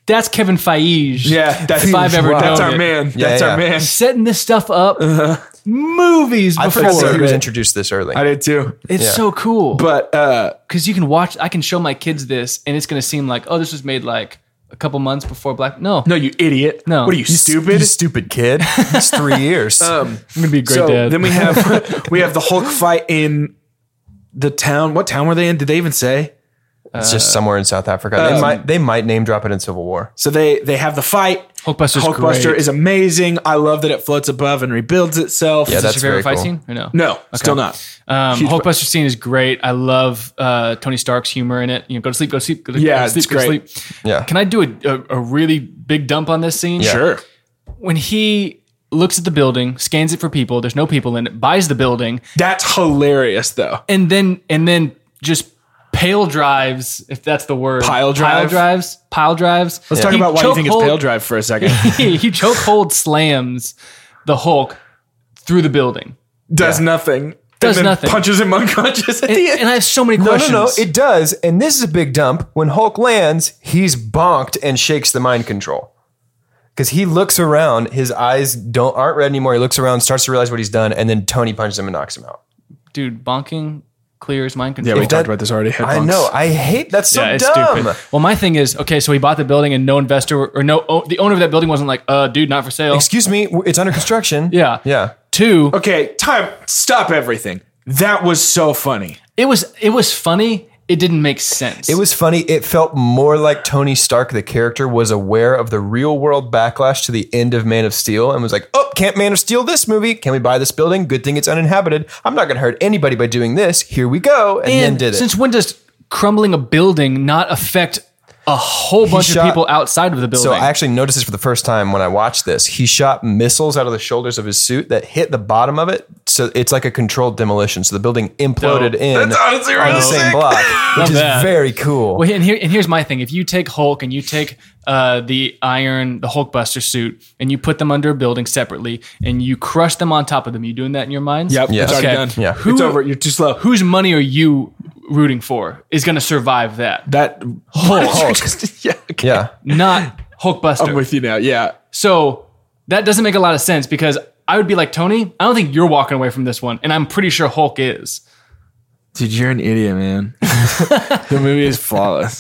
S5: That's Kevin Feige.
S4: Yeah, that's
S5: if I've ever
S4: wow.
S5: done
S4: That's our
S5: it.
S4: man. Uh-huh.
S3: Yeah,
S4: that's
S3: yeah.
S4: our man.
S5: Setting this stuff up. Movies
S3: I
S5: before.
S3: forgot that he was
S4: it.
S3: introduced this early.
S4: I did too.
S5: it's so cool.
S4: But uh,
S5: because you can watch, I can show my kids this, and it's going to seem like, oh, this was made like a couple months before Black. No,
S4: no, you idiot.
S5: No.
S4: what are you,
S5: You
S4: stupid? Oh.
S3: You stupid kid. It's three years.
S5: I'm going to be a great
S4: so
S5: dad.
S4: then we have we have the Hulk fight in the town. What town were they in? Did they even say?
S3: it's
S5: Uh,
S3: just somewhere in South Africa.
S5: um,
S3: they might they might name drop it in Civil War.
S4: So they they have the fight.
S5: Hulkbuster's
S4: Hulkbuster
S5: great.
S4: is amazing. I love that it floats above and rebuilds itself.
S3: Yeah,
S5: Is
S3: that's
S5: this your favorite
S3: very
S5: fight
S3: cool.
S5: scene or no?
S4: no, still not.
S5: Um, Hulkbuster scene is great. I love uh, Tony Stark's humor in it. You know, go to sleep, go to sleep, go to, go
S4: Yeah,
S5: to sleep,
S4: it's
S5: go to
S4: great.
S5: sleep.
S3: Yeah.
S5: Can I do a, a, a really big dump on this scene?
S3: Yeah.
S4: Sure.
S5: When he looks at the building, scans it for people, there's no people in it, buys the building,
S4: That's hilarious though.
S5: and then and then just pale drives, if that's the word.
S4: Pile drive?
S5: Pile drives. Pile drives.
S4: Let's talk about why you think it's pale drive for a second.
S5: he chokehold slams the Hulk through the building.
S4: Does nothing.
S5: Does
S4: and then
S5: nothing.
S4: Punches him unconscious at
S5: And,
S4: the end.
S5: and I have so many
S3: No,
S6: Oh,
S5: questions.
S3: no, no. It does. And this is a big dump. When Hulk lands, he's bonked and shakes the mind control. Because he looks around, his eyes don't aren't red anymore. He looks around, starts to realize what he's done, and then Tony punches him and knocks him out.
S5: Dude, bonking clears mind control.
S4: we
S3: that-
S4: talked about this already. Head
S3: I
S4: bonks.
S3: know. I hate that's so
S5: Yeah, it's
S3: dumb.
S5: stupid. Well, my thing is, okay, so he bought the building and no investor or no, o- the owner of that building wasn't like, uh, dude, not for sale.
S3: Excuse me, w- it's under construction.
S5: Yeah.
S3: Yeah.
S5: Two,
S4: Okay, time. Stop everything. That was so funny.
S5: it was, it was funny. It didn't make sense.
S3: It was funny. It felt more like Tony Stark, the character, was aware of the real world backlash to the end of Man of Steel and was like, oh, can't Man of Steel this movie? Can we buy this building? Good thing it's uninhabited. I'm not going to hurt anybody by doing this. Here we go. And, then
S5: and
S3: did it.
S5: since when does crumbling a building not affect a whole bunch
S3: shot-
S5: of people outside of the building?
S3: so I actually noticed this for the first time when I watched this. He shot missiles out of the shoulders of his suit that hit the bottom of it. So it's like a controlled demolition. So the building imploded in
S4: honestly
S3: on the
S4: really
S3: same
S4: sick.
S3: block, which is
S5: that.
S3: very cool.
S5: Well, and here and here's my thing: if you take Hulk and you take uh, the Iron, the Hulkbuster suit, and you put them under a building separately, and you crush them on top of them, you doing that in your mind?
S4: Yep.
S3: Yeah.
S4: It's already
S5: Okay.
S4: done.
S3: Yeah.
S4: It's
S5: Who-
S4: over. You're too slow. Who
S5: Whose money are you rooting for is going to survive that?
S4: that Hulk. yeah. Okay.
S3: yeah.
S5: Not Hulkbuster.
S4: I'm with you now. Yeah.
S5: so that doesn't make a lot of sense because I would be like Tony. I don't think you're walking away from this one, and I'm pretty sure Hulk is.
S4: Dude, you're an idiot, man. the movie is flawless.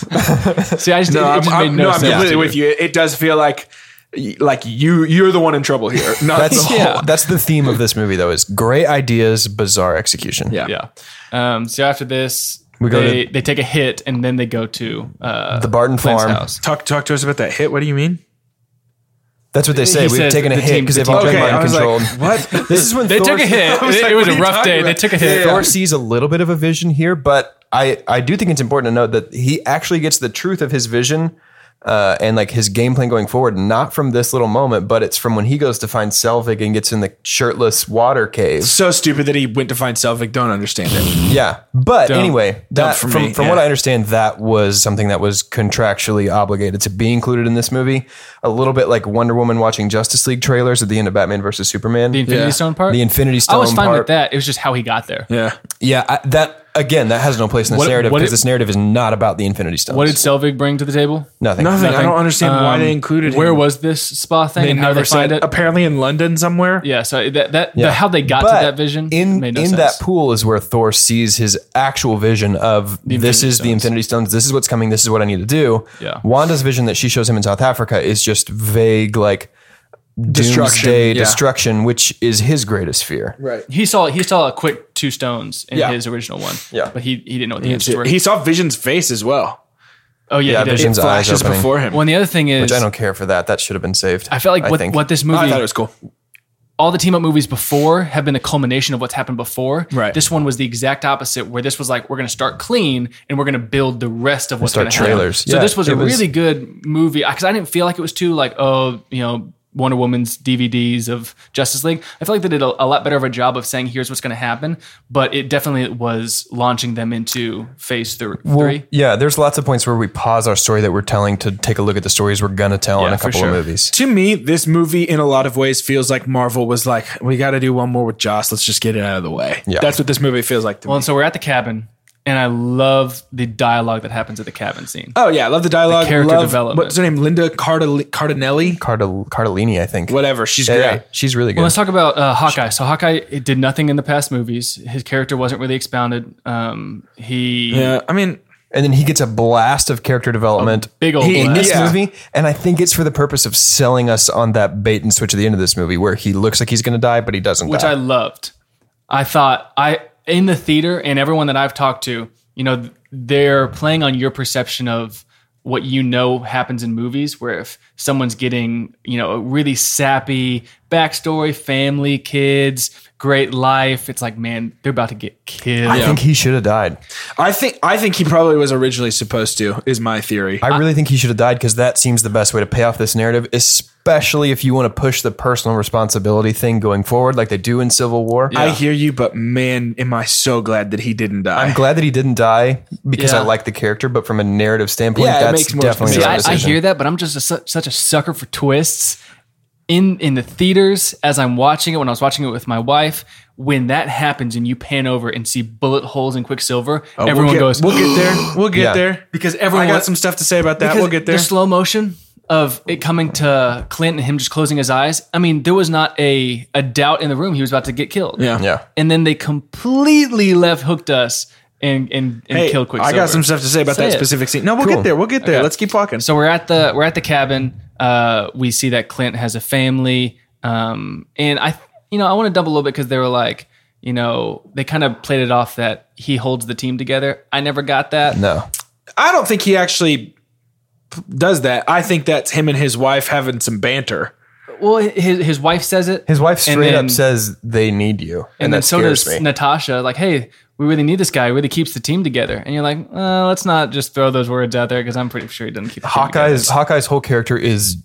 S5: See, I just,
S4: No,
S5: it, it
S4: I'm,
S5: just
S4: I'm-
S5: made no,
S4: no, I'm
S5: sense.
S4: completely
S5: to me.
S4: with you. It, it does feel like, like you, you're the one in trouble here. Not the
S3: That's
S4: Hulk.
S3: yeah. that's the theme of this movie though is great ideas, bizarre execution.
S4: Yeah.
S5: Yeah. Um, so after this,
S3: go
S5: they,
S3: to-
S5: they take a hit and then they go to uh,
S3: The Barton
S5: Clint's
S3: Farm.
S5: house.
S4: Talk, talk to us about that hit. What do you mean?
S3: That's what they say.
S5: He
S3: We've
S5: says
S3: taken a
S5: the
S3: hit
S5: team-
S3: because
S5: the
S3: they've all
S5: team-
S3: been
S4: Okay,
S3: mind
S4: I was
S3: controlled.
S4: like, what?
S3: this is when
S5: They took a hit.
S4: I was
S5: It,
S4: like,
S5: it was
S4: what
S5: a
S4: are you
S5: rough
S4: talking
S5: day. They
S4: about?
S5: took a hit.
S3: Thor sees a little bit of a vision here, but I I do think it's important to note that he actually gets the truth of his vision
S6: uh, and like his game plan going forward, not from this little moment, but it's from when he goes to find Selvig and gets in the shirtless water cave.
S4: So stupid that he went to find Selvig. Don't understand it.
S6: Yeah, but anyway, that
S4: for
S6: from,
S4: me,
S6: from
S4: yeah.
S6: what I understand, that was something that was contractually obligated to be included in this movie. A little bit like Wonder Woman watching Justice League trailers at the end of Batman versus Superman.
S5: The Infinity
S4: Yeah.
S5: Stone part.
S6: The Infinity Stone
S5: I was fine
S6: part.
S5: with that. It was just how he got there.
S4: Yeah.
S6: Yeah, I, that again, that has no place in this
S5: What-
S6: narrative
S5: what
S6: because
S5: it-
S6: this narrative is not about the Infinity Stones.
S5: What did Selvig bring to the table?
S6: nothing?
S4: Nothing. I
S5: Nothing.
S4: don't understand why
S5: Um,
S4: they included
S5: Where
S4: him.
S5: was this spa thing
S4: they
S5: and how
S4: never
S5: they find
S4: said
S5: it?
S4: apparently in London somewhere.
S5: yeah, so that that the,
S6: Yeah.
S5: how they got
S6: But
S5: to that vision
S6: in
S5: made no
S6: in
S5: sense.
S6: that pool is where Thor sees his actual vision of this
S5: Infinity
S6: is the
S5: Stones.
S6: Infinity Stones. This is what's coming. This is what I need to do.
S5: Yeah.
S6: Wanda's vision that she shows him in South Africa is just vague, like
S4: Destruction,
S6: doomsday
S4: yeah.
S6: destruction, which is his greatest fear.
S4: Right.
S5: he saw he saw a quick two stones in
S6: Yeah.
S5: his original one.
S6: Yeah.
S5: but he he didn't know what the answers were.
S4: He saw Vision's face as well.
S5: oh yeah,
S6: Yeah,
S5: he did.
S6: Vision's
S4: It flashes
S6: eyes opening.
S4: before him.
S5: Well, and the other thing is,
S6: Which I don't care for that. That should have been saved.
S5: I felt like what,
S6: think.
S5: what this
S4: I
S5: movie,
S4: thought it was cool.
S5: all the team up movies before have been a culmination of what's happened before.
S4: Right.
S5: This one was the exact opposite, where this was like we're going to start clean and we're going to build the rest of what's
S6: start
S5: going to happen.
S6: trailers.
S5: So
S6: Yeah,
S5: this was
S6: it
S5: a
S6: was-
S5: really good movie because I didn't feel like it was too like oh you know Wonder Woman's DVDs of Justice League. I feel like they did a, a lot better of a job of saying here's what's going to happen, but it definitely was launching them into phase thir- three.
S6: yeah, Uh, there's lots of points where we pause our story that we're telling to take a look at the stories we're gonna tell in
S5: Yeah,
S6: a
S5: for
S6: couple
S5: sure.
S6: of movies.
S4: To me, this movie in a lot of ways feels like Marvel was like, we got to do one more with Joss. Let's just get it out of the way.
S6: Yeah.
S4: That's what this movie feels like to
S5: Well,
S4: me.
S5: and so we're at the cabin, and I love the dialogue that happens at the cabin scene.
S4: Oh yeah, I love the dialogue.
S5: character
S4: love-
S5: development.
S4: What's her name? Linda Cardell- Cardinelli.
S6: Cardell- Cardellini, I think.
S4: Whatever. She's
S6: Yeah,
S4: great.
S6: yeah, she's really good.
S5: Well, let's talk about uh, Hawkeye. So Hawkeye it did nothing in the past movies. His character wasn't really expounded. Um, he
S4: Yeah, I mean,
S6: and then he gets a blast of character development
S5: big old
S6: in this
S4: blast.
S6: movie and i think it's for the purpose of selling us on that bait and switch at the end of this movie where he looks like he's going to die but he doesn't
S5: which I
S6: die.
S5: loved. I thought I in the theater and everyone that I've talked to, you know, they're playing on your perception of what you know happens in movies. Where if someone's getting, you know, a really sappy backstory, family, kids, great life, it's like, man, they're about to get killed.
S6: I think he should have died
S4: I think I think he probably was originally supposed to. Is my theory.
S6: i really think he should have died because that seems the best way to pay off this narrative especially if you want to push the personal responsibility thing going forward like they do in civil war
S4: I hear you, but man, am I so glad that he didn't die.
S6: i'm glad that he didn't die because
S5: Yeah.
S6: i like the character but from a narrative standpoint
S4: Yeah, it
S6: that's
S4: makes more
S6: definitely
S4: sense.
S6: the
S5: See,
S6: right
S5: I, I
S6: decision.
S5: hear that, but I'm just a, su- such a sucker for twists in in the theaters as I'm watching it. When I was watching it with my wife, when that happens and you pan over and see bullet holes in Quicksilver, everyone
S4: Oh, we'll get,
S5: goes
S4: We'll get there. We'll get
S6: Yeah.
S4: there because
S5: everyone-
S4: I got some stuff to say about that.
S5: because
S4: We'll get there.
S5: The slow motion of it coming to Clint and him just closing his eyes. I mean, there was not a a doubt in the room he was about to get killed.
S4: yeah.
S6: yeah
S5: and then they completely left hooked us and and, and
S4: Hey,
S5: killed
S4: I
S5: Quicksilver.
S4: got some stuff to say about
S5: Say
S4: that
S5: it.
S4: specific scene. No, we'll get there. We'll get there. Let's keep walking.
S5: So we're at the we're at the cabin. Uh, we see that Clint has a family, um, and I, you know, I want to double a little bit because they were like, you know, they kind of played it off that he holds the team together. I never got that.
S6: no
S4: I don't think he actually p- does that. I think that's him and his wife having some banter.
S5: Well, his his wife says it.
S6: his wife
S5: And
S6: straight
S5: then-
S6: up says they need you and,
S5: and then
S6: that
S5: so
S6: scares
S5: does
S6: me
S5: Natasha. Like, hey, we really need this guy. He Really keeps the team together. And you're like, uh, let's not just throw those words out there because I'm pretty sure he doesn't keep the team together.
S6: Hawkeye's Hawkeye's whole character is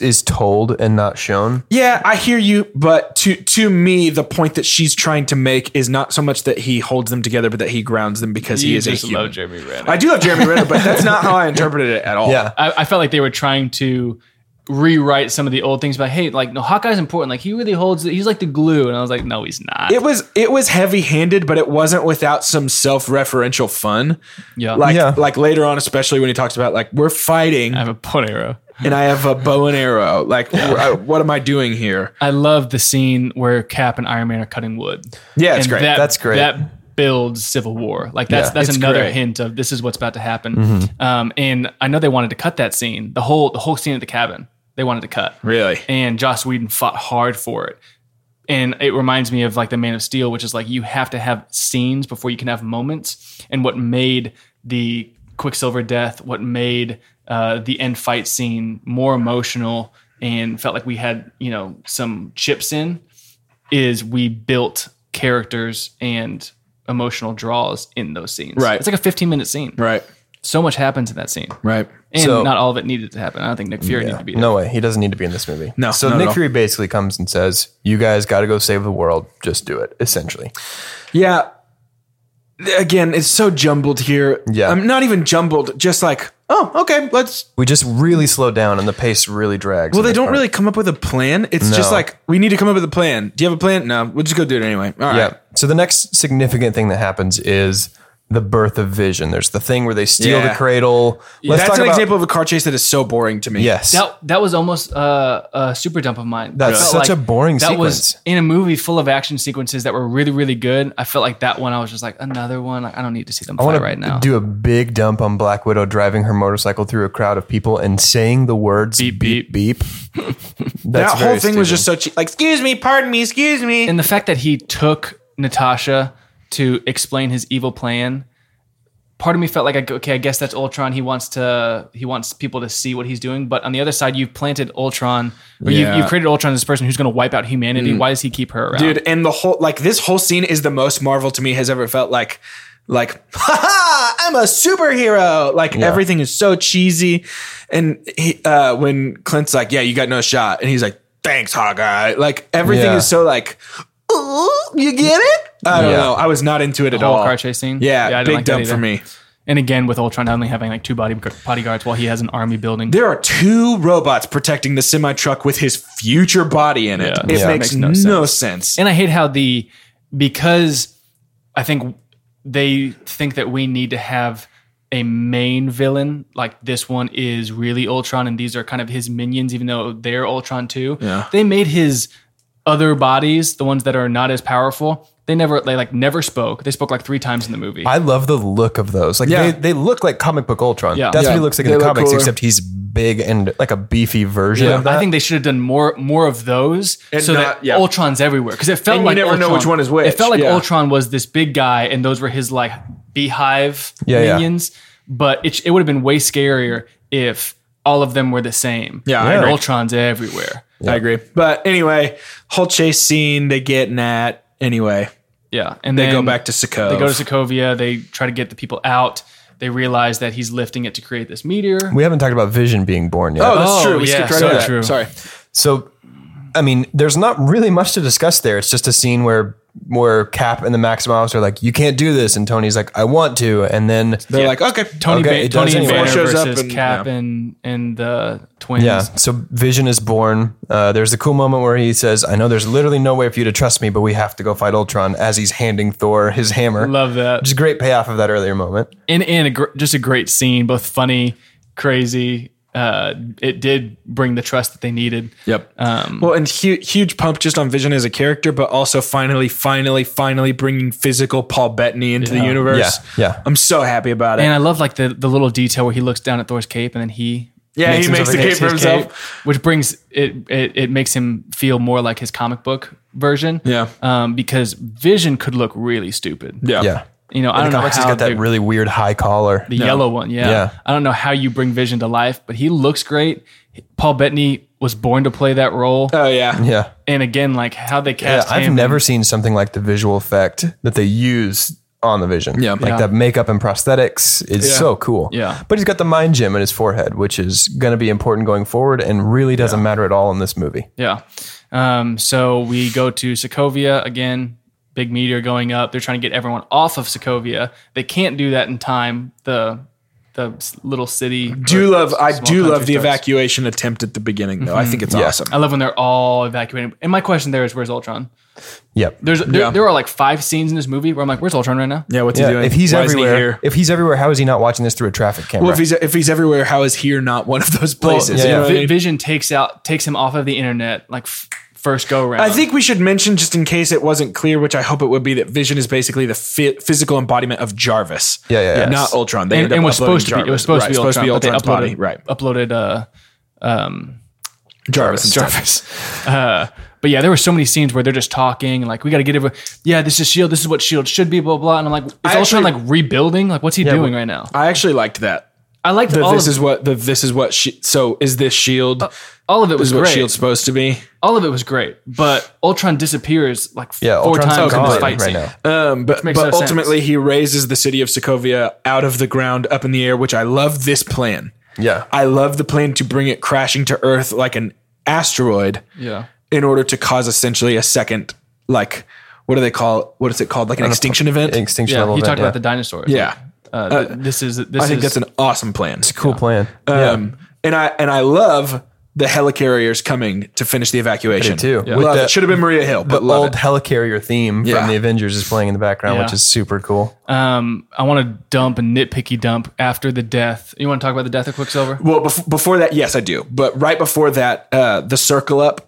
S6: is told and not shown.
S4: Yeah, I hear you, but to to me, the point that she's trying to make is not so much that he holds them together, but that he grounds them because he
S5: You
S4: is a
S5: just
S4: human.
S5: love Jeremy Renner.
S4: I do love Jeremy Renner, but that's not how I interpreted it at all.
S6: Yeah.
S5: I, I felt like they were trying to rewrite some of the old things but hey like no hawkeye's important like he really holds it he's like the glue and i was like no he's not
S4: It was it was heavy handed, but it wasn't without some self referential fun.
S5: yeah
S4: Like
S6: Yeah.
S4: like later on, especially when he talks about like we're fighting
S5: i have a point arrow
S4: and I have a bow and arrow. Like I- what am I doing here?
S5: i love the scene where cap and iron man are cutting wood
S4: Yeah, it's
S5: And
S4: great.
S5: that-
S6: That's great.
S5: that builds civil war like that's
S6: Yeah,
S5: that's
S4: it's
S5: another
S4: great. Mm-hmm.
S5: hint of this is what's about to happen um and i know they wanted to cut that scene the whole the whole scene at the cabin they wanted to cut
S4: really.
S5: and Joss Whedon fought hard for it. And it reminds me of like the Man of Steel, which is like you have to have scenes before you can have moments. And what made the Quicksilver death, what made uh, the end fight scene more emotional and felt like we had you know some chips in, is we built characters and emotional draws in those scenes.
S4: Right.
S5: it's like a 15 minute scene.
S4: Right.
S5: So much happens in that scene.
S4: Right.
S5: And
S6: So-
S5: not all of it needed to happen. I don't think Nick Fury needed to be there.
S6: No way. He doesn't need to be in this movie.
S4: No,
S6: So
S4: not at
S6: Nick
S4: all.
S6: Fury basically comes and says, "You guys got to go save the world. Just do it." Essentially.
S4: Yeah. Again, it's so jumbled here.
S6: Yeah.
S4: I'm not even jumbled, just like, oh, okay, let's.
S6: We just really slow down and the pace really drags.
S4: Well,
S6: in
S4: they
S6: this
S4: don't
S6: part.
S4: really come up with a plan. It's just
S6: No.
S4: like, we need to come up with a plan. Do you have a plan? No, we'll just go do it anyway. All right.
S6: Yeah. So the next significant thing that happens is the birth of Vision. There's the thing where they steal
S4: Yeah.
S6: the cradle. Let's
S4: That's
S6: talk
S4: an
S6: about-
S4: example of a car chase that is so boring to me.
S6: Yes.
S5: That, that was almost uh, a super dump of mine.
S6: That's
S5: I felt
S6: such a boring
S5: that
S6: sequence.
S5: was in a movie full of action sequences that were really, really good. I felt like that one. I was just like another one. Like, I don't need to see them
S6: I
S5: fight
S6: want
S5: right now.
S6: to do a big dump on Black Widow driving her motorcycle through a crowd of people and saying the words
S5: Beep,
S6: beep beep. That's
S4: That whole
S6: very
S4: thing
S6: stupid.
S4: was just so cheap. Like, excuse me, pardon me, excuse me.
S5: and the fact that he took Natasha to explain his evil plan, part of me felt like, okay, I guess that's Ultron. He wants to, he wants people to see what he's doing. But on the other side, you've planted Ultron, or
S4: Yeah. Mm.
S5: you've, you've created Ultron as this person who's going to wipe out humanity. Why does he keep her around?
S4: dude and the whole like this whole scene is the most marvel to me has ever felt like like ha ha i'm a superhero like everything is so cheesy and he, uh when clint's like yeah you got no shot and he's like thanks hawkeye like everything
S6: Yeah.
S4: is so like Ooh, you get it i don't
S6: Yeah.
S4: know i was not into it at
S5: whole
S4: all
S5: car chase scene?
S4: yeah,
S5: Yeah, I didn't
S4: big
S5: like that
S4: dump for
S5: either.
S4: me
S5: And again, with Ultron only having like two body bodyguards while he has an army building.
S4: there are two robots protecting the semi truck with his future body in it.
S5: Yeah.
S4: It
S5: Yeah.
S4: makes,
S5: Makes no
S4: no,
S5: sense.
S4: sense.
S5: and I hate how the because I think they think that we need to have a main villain like this one is really Ultron and these are kind of his minions even though they're Ultron too.
S4: Yeah.
S5: They made his other bodies, the ones that are not as powerful, they never they like never spoke. They spoke like 3 times in the movie.
S6: I love the look of those. Like
S4: Yeah.
S6: they, they look like comic book Ultron.
S5: Yeah.
S6: That's what
S4: Yeah.
S6: he looks like
S4: They
S6: in the
S4: look
S6: comics,
S4: cooler.
S6: except he's big and like a beefy version
S5: Yeah,
S6: of that.
S5: I think they should have done more more of those
S4: And
S5: so
S4: not-
S5: that
S4: yeah.
S5: Ultron's everywhere because it felt
S4: And you
S5: like
S4: never know
S5: Ultron-
S4: which one is which,
S5: It felt like
S4: yeah.
S5: Ultron was this big guy and those were his like beehive
S6: Yeah, yeah.
S5: minions, but it, sh- it would have been way scarier if all of them were the same.
S4: Yeah, I
S5: and
S4: agree.
S5: Ultron's everywhere.
S4: I agree. But anyway, whole chase scene, they get Nat. Anyway,
S5: Yeah, and
S4: they
S5: then
S4: go back to Sokovia.
S5: They go to Sokovia. They try to get the people out. They realize that he's lifting it to create this meteor.
S6: we haven't talked about Vision being born yet.
S4: Oh, that's
S5: Oh,
S4: true. We
S5: yeah,
S4: skipped right
S5: so
S4: over that.
S5: true.
S4: Sorry.
S6: So, I mean, there's not really much to discuss there. It's just a scene where where Cap and the Maximoffs are like, "You can't do this," and Tony's like, "I want to," and then
S4: They're like, okay,
S5: Tony,
S6: Okay,
S5: Ba-
S6: it
S5: Tony
S6: does
S5: and
S6: anyway.
S5: Banner
S4: Shows up
S5: versus
S4: and-
S5: Cap
S4: yeah.
S5: and and the twins.
S6: yeah. So Vision is born. Uh, there's the cool moment where he says, "I know there's literally no way for you to trust me, but we have to go fight Ultron." As he's handing Thor his hammer,
S5: Love that.
S6: Just great payoff of that earlier moment.
S5: and and a gr- just a great scene, both funny, crazy. Uh, it did bring the trust that they needed.
S4: Yep. well, and hu- huge pump just on Vision as a character, but also finally, finally, finally bringing physical Paul Bettany into the universe.
S6: Yeah, yeah.
S4: I'm so happy about it.
S5: And I love like the the little detail where he looks down at Thor's cape and then he
S4: yeah, he
S6: himself
S4: makes the
S6: a
S4: cape
S5: takes
S4: for
S5: his
S4: himself.
S5: cape, which brings it, it it makes him feel more like his comic book version.
S4: Yeah.
S5: Um, because Vision could look really stupid.
S4: Yeah.
S6: Yeah,
S5: You know, I
S6: in
S5: don't
S6: the
S5: know
S6: comics, he's
S5: how
S6: got
S5: they-
S6: that really weird high collar.
S5: the yellow one. Yeah.
S6: Yeah.
S5: I don't know how you bring Vision to life, but he looks great. Paul Bettany was born to play that role.
S4: Oh yeah.
S6: yeah,
S5: and again, like how they
S6: yeah.
S5: cast him.
S6: I've never seen something like the visual effect that they use on the Vision.
S4: Yeah.
S6: like
S4: Yeah.
S6: that makeup and prosthetics is so cool.
S5: Yeah.
S6: but he's got the mind gem in his forehead, which is going to be important going forward, and really doesn't matter at all in this movie.
S5: Yeah. Um, so we go to Sokovia again. Big meteor going up. They're trying to get everyone off of Sokovia. They can't do that in time. The the s- little city.
S4: Do love. I
S5: Small
S4: do love
S5: country
S4: the
S5: starts.
S4: evacuation attempt at the beginning, though. I think it's awesome.
S5: I love when they're all evacuating. And my question there is, where's Ultron?
S6: Yep.
S5: There's there,
S4: Yeah.
S5: there are like five scenes in this movie where I'm like, where's Ultron right now?
S4: Yeah, what's
S6: Yeah,
S4: he doing?
S6: if he's
S4: Why isn't he
S6: everywhere,
S4: here?
S6: if he's everywhere, how is he not watching this through a traffic camera?
S4: well, if he's if he's everywhere, how is here not one of those places?
S6: yeah,
S4: You know
S6: yeah.
S4: what I
S5: Vi-
S4: mean?
S5: Vision takes out takes him off of the internet like f- first go round.
S4: I think we should mention, just in case it wasn't clear, which I hope it would be, that Vision is basically the fi- physical embodiment of Jarvis.
S6: Yeah, yeah, yeah.
S4: Not Ultron. They
S5: and,
S4: ended
S5: and
S4: up
S5: was supposed to
S4: uploading
S5: be it was supposed
S4: Jarvis.
S5: to be Ultron, but
S4: Right,
S5: they
S4: supposed
S5: uploaded
S4: to be Ultron's body.
S5: uploaded
S4: Right.
S5: uh
S4: Jarvis. and stuff.
S5: Jarvis. Uh, but yeah, there were so many scenes where they're just talking, like we got to get everyone. Yeah, this is Shield. E This is what Shield should be. Blah blah. And I'm like, is
S4: I
S5: Ultron
S4: actually-
S5: like rebuilding? Like, what's he doing right now?
S4: I actually liked that.
S5: I liked
S4: That
S5: all
S4: this
S5: of
S4: is what the this is what she, so is E this shield
S5: all of it
S4: this
S5: was
S4: is what
S5: great.
S4: shield's E supposed to be.
S5: All of it was great, but Ultron disappears like
S6: yeah,
S5: four
S6: Ultron's
S5: times in
S6: gone
S5: this fight
S6: right
S5: scene.
S6: now.
S4: Um, but
S5: makes
S4: but
S5: no sense.
S4: ultimately he raises the city of Sokovia out of the ground up in the air, which I love this plan.
S6: Yeah.
S4: I love the plan to bring it crashing to Earth like an asteroid
S5: Yeah.
S4: in order to cause essentially a second, like, what do they call? What is it called? Like an extinction event.
S6: Extinction
S5: Yeah.
S6: level.
S5: You
S6: event,
S5: talked
S6: yeah.
S5: about the dinosaurs.
S4: yeah,
S5: Uh, th- this is this
S4: I think
S5: is
S4: that's an awesome plan.
S6: cool plan.
S4: Um, and I and I love the helicarriers coming to finish the evacuation
S6: too. Yeah.
S4: Love
S6: With
S4: it.
S6: the-
S4: Should have been Maria Hill,
S6: the
S4: but love
S6: old
S4: it.
S6: helicarrier theme
S4: Yeah.
S6: from the Avengers is playing in the background,
S5: Yeah.
S6: which is super cool.
S5: Um, I want to dump a nitpicky dump after the death. You want to talk about the death of Quicksilver?
S4: Well, bef- before that, yes, I do. But right before that, uh, the circle up.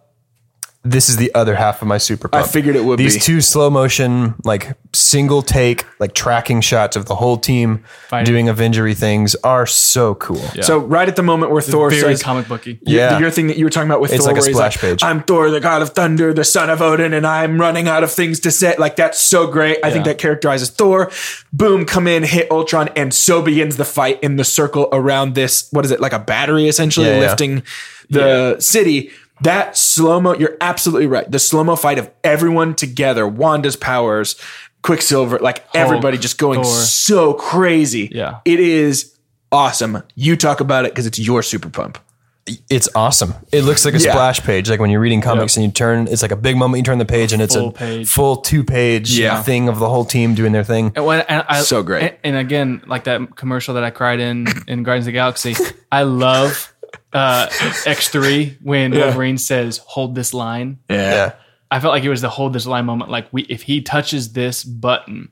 S6: This is the other half of my super. Pump.
S4: figured it would
S6: Um, These
S4: be.
S6: two slow motion, like single take, like tracking shots of the whole team doing Avengery things are so cool.
S4: So right at the moment where Thor
S5: Very
S4: says,
S5: comic booky.
S4: you-
S6: Yeah.
S4: your thing that you were talking about with
S6: It's
S4: Thor,
S6: like a
S4: where he's
S6: splash page.
S4: I'm Thor, the god of thunder, the son of Odin, and I'm running out of things to say. Like that's so great. I think that characterizes Thor. Boom, come in, hit Ultron, and so begins the fight in the circle around this. What is it? Like a battery, essentially
S6: Yeah, yeah.
S4: lifting the city. That slow mo. You're absolutely right. The slow mo fight of everyone together. Wanda's powers, Quicksilver, like everybody just going
S5: Thor.
S4: so crazy.
S5: Yeah.
S4: it is awesome. You talk about it because it's your super pump.
S6: It's awesome. It looks like a
S4: Yeah.
S6: splash page, like when you're reading comics and you turn. It's like a big moment. You turn the page and it's
S5: Full
S6: a
S5: page.
S6: full two page
S4: Yeah.
S6: thing of the whole team doing their thing.
S5: And when- and I-
S4: So great.
S5: And, and again, like that commercial that I cried in in Guardians of the Galaxy, I love uh, X3 when Wolverine says, hold this line.
S6: Yeah.
S5: I felt like it was the hold this line moment. Like, we if he touches this button,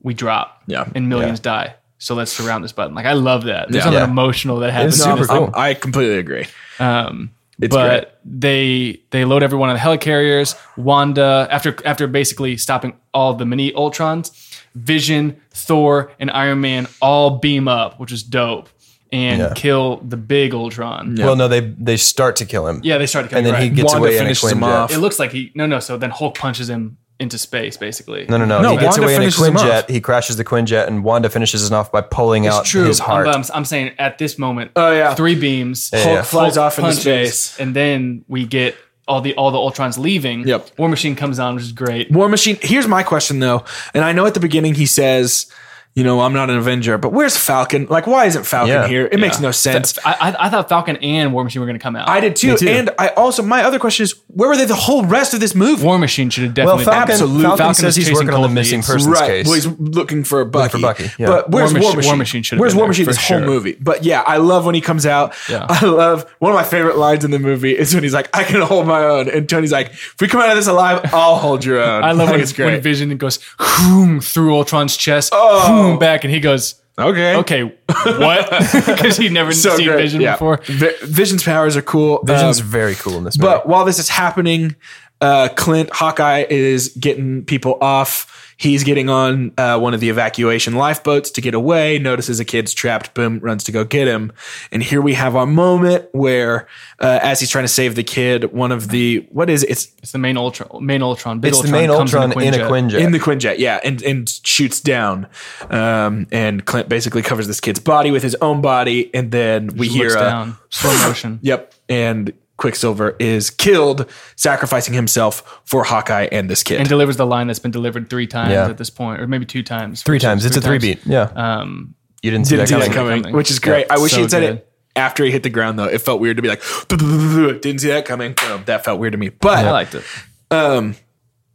S5: we drop
S4: Yeah.
S5: and millions die. So let's surround this button. Like, I love that. There's something
S6: Yeah.
S5: emotional that happens.
S6: It's
S5: in
S6: super
S5: this-
S6: cool.
S4: I completely agree.
S5: Um,
S4: It's
S5: but they they load everyone on the helicarriers. Wanda, after after basically stopping all the mini Ultrons, Vision, Thor, and Iron Man all beam up, which is dope, and kill the big Ultron. Yeah,
S6: Well, no, they they start to kill him.
S5: they start to kill.
S6: And
S5: him,
S6: then he
S5: right.
S6: gets
S4: Wanda
S6: away in a
S4: finishes him
S6: Quinjet.
S4: off.
S5: It looks like he no no. So then Hulk punches him into space, basically.
S6: No, no, no.
S4: No,
S6: he gets
S4: Wanda
S6: away in a
S4: finishes him
S6: Quinjet.
S4: off.
S6: He crashes the Quinjet, and Wanda finishes him off by pulling out his heart.
S5: I'm, I'm, I'm saying at this moment,
S4: Oh, yeah.
S5: three beams.
S4: Hulk flies off into
S5: punches,
S4: space.
S5: and then we get all the all the Ultrons leaving.
S4: Yep.
S5: War Machine comes on, which is great.
S4: War Machine. Here's my question though, and I know at the beginning he says, you know, I'm not an Avenger, but where's Falcon? Like, why isn't Falcon
S6: Yeah.
S4: here? It makes no sense.
S5: I, I, I thought Falcon and War Machine were going to come out.
S4: I did too, and I also my other question is, where were they the whole rest of this movie?
S5: War Machine should have
S6: well,
S5: definitely.
S6: Falcon,
S4: Absolute-
S6: Falcon,
S5: Falcon was
S6: says he's
S5: chasing
S6: working on the
S5: Cold
S6: missing
S5: Beads.
S6: person's
S4: right.
S6: case.
S4: Well, he's looking for Bucky.
S6: Bucky, yeah.
S4: But where's War,
S5: War Mach-
S4: Machine?
S5: War Machine should have
S4: Where's
S5: been
S4: War
S5: there,
S4: Machine
S5: for
S4: this whole
S5: sure.
S4: movie? But yeah, I love when he comes out.
S5: Yeah.
S4: I love one of my favorite lines in the movie is when he's like, "I can hold my own," and Tony's like, "If we come out of this alive, I'll hold your own."
S5: I love
S4: like,
S5: when, when Vision goes whoom, through Ultron's chest,
S6: Oh.
S5: whoom, back, and he goes,
S4: okay,
S5: "Okay, what?" Because he'd never
S4: so
S5: seen
S4: great.
S5: Vision
S4: yeah.
S5: before.
S4: Vi- Vision's powers are cool.
S6: Vision's
S4: Um,
S6: very cool in this movie.
S4: but while this is happening, uh, Clint Hawkeye is getting people off. He's getting on uh, one of the evacuation lifeboats to get away. Notices a kid's trapped. Boom, runs to go get him. And here we have our moment where, uh, as he's trying to save the kid, one of the what is it? It's
S5: It's the main Ultron, main Ultron, big
S6: it's the
S5: Ultron
S6: main
S5: comes
S6: Ultron in a
S5: Quinjet.
S6: Quinjet.
S4: in the Quinjet, yeah, and and shoots down. Um, and Clint basically covers this kid's body with his own body, and then we
S5: Looks
S4: hear a-
S5: down, slow motion.
S4: Yep. And Quicksilver is killed, sacrificing himself for Hawkeye and this kid.
S5: and delivers the line that's been delivered three times
S6: Yeah.
S5: at this point, or maybe two times.
S6: three times. It's a three beat. Yeah.
S5: Um,
S6: you didn't see that
S4: didn't see
S6: coming.
S4: that coming,
S5: Coming.
S4: which is great. I wish
S5: so
S4: he'd said
S5: good.
S4: it after he hit the ground, though. It felt weird to be like, didn't see that coming. Boom. That felt weird to me. But
S5: I liked it.
S4: um,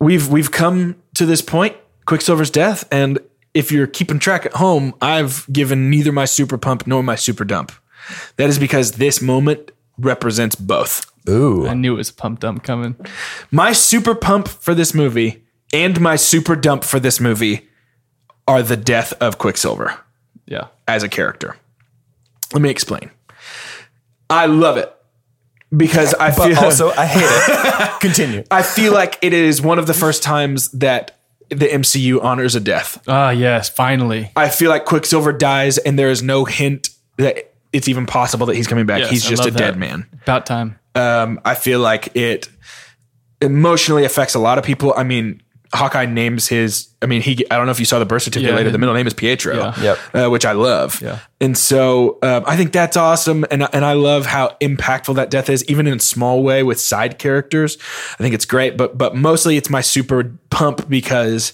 S4: we've we've come to this point, Quicksilver's death, and if you're keeping track at home, I've given neither my super pump nor my super dump. That is because this moment represents both.
S6: Ooh.
S5: I knew it was a pump dump coming.
S4: My super pump for this movie and my super dump for this movie are the death of Quicksilver
S5: Yeah,
S4: as a character. Let me explain. I love it because I
S6: But
S4: feel
S6: also, I hate it. Continue.
S4: I feel like it is one of the first times that the MCU honors a death.
S5: ah, yes, finally.
S4: I feel like Quicksilver dies and there is no hint that it's even possible that he's coming back.
S5: Yes,
S4: he's
S5: I
S4: just a
S5: love
S4: dead
S5: that.
S4: man.
S5: About time.
S4: Um, I feel like it emotionally affects a lot of people. I mean, Hawkeye names his. I mean, he. I don't know if you saw the birth certificate
S5: Yeah,
S4: later. The
S5: his-
S4: middle name is Pietro,
S6: Yep.
S4: uh, which I love.
S5: Yeah.
S4: And so um, I think that's awesome, and I- and I love how impactful that death is, even in a small way with side characters. I think it's great, but but mostly it's my super pump because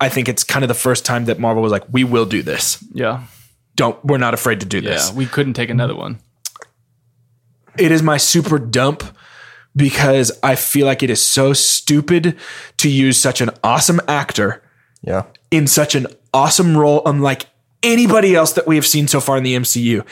S4: I think it's kind of the first time that Marvel was like, we will do this.
S5: Yeah,
S4: Don't we're not afraid to do this.
S5: yeah. We couldn't take another one.
S4: it is my super dump because I feel like it is so stupid to use such an awesome actor
S6: Yeah.
S4: in such an awesome role, unlike anybody else that we have seen so far in the MCU.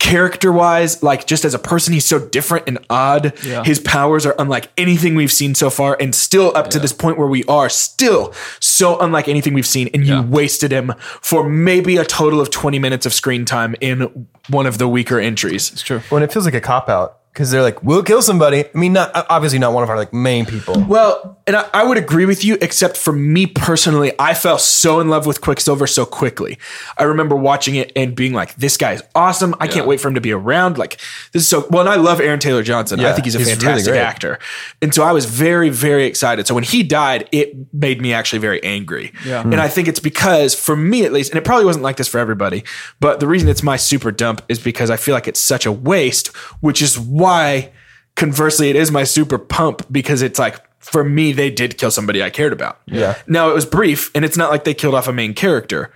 S4: Character wise, like just as a person, he's so different and odd. His powers are unlike anything we've seen so far, and still up to this point where we are, still so unlike anything we've seen. And you wasted him for maybe a total of 20 minutes of screen time in one of the weaker entries.
S5: It's true.
S6: When it feels like a cop out because they're like, we'll kill somebody. I mean, not obviously not one of our like main people.
S4: Well, and I, I would agree with you, except for me personally, I fell so in love with Quicksilver so quickly. I remember watching it and being like, this guy is awesome. I can't wait for him to be around. Like, this is so well. And I love Aaron Taylor Johnson. I
S6: Yeah,
S4: think he's a
S6: he's really
S4: fantastic
S6: great.
S4: actor. And so I was very, very excited. So when he died, it made me actually very angry. Yeah. And I think it's because, for me at least, and it probably wasn't like this for everybody, but the reason it's my super dump is because I feel like it's such a waste, which is why conversely, it is my super pump because it's like for me, they did kill somebody I cared about.
S6: Yeah.
S4: Now it was brief, and it's not like they killed off a main character,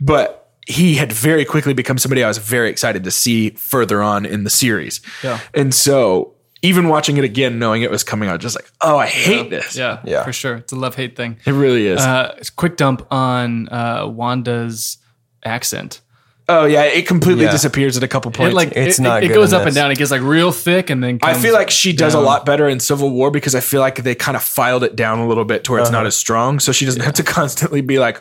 S4: but he had very quickly become somebody I was very excited to see further on in the series. Yeah. And so even watching it again, knowing it was coming out, just like, oh, I hate this.
S5: Yeah,
S6: Yeah.
S5: for sure. It's a love hate thing.
S4: It really is.
S5: Uh, quick dump on uh, Wanda's accent.
S4: oh yeah, it completely
S6: Yeah.
S4: disappears at a couple points.
S5: It like
S6: It's
S5: it,
S6: not
S5: It, it
S6: good
S5: goes
S6: in
S5: up and
S6: this.
S5: down. It gets like real thick and then.
S4: I
S5: comes
S4: feel like she does a
S5: down.
S4: lot better in Civil War because I feel like they kind of filed it down a little bit to where it's
S5: Uh-huh.
S4: not as strong. So she doesn't have to constantly be like,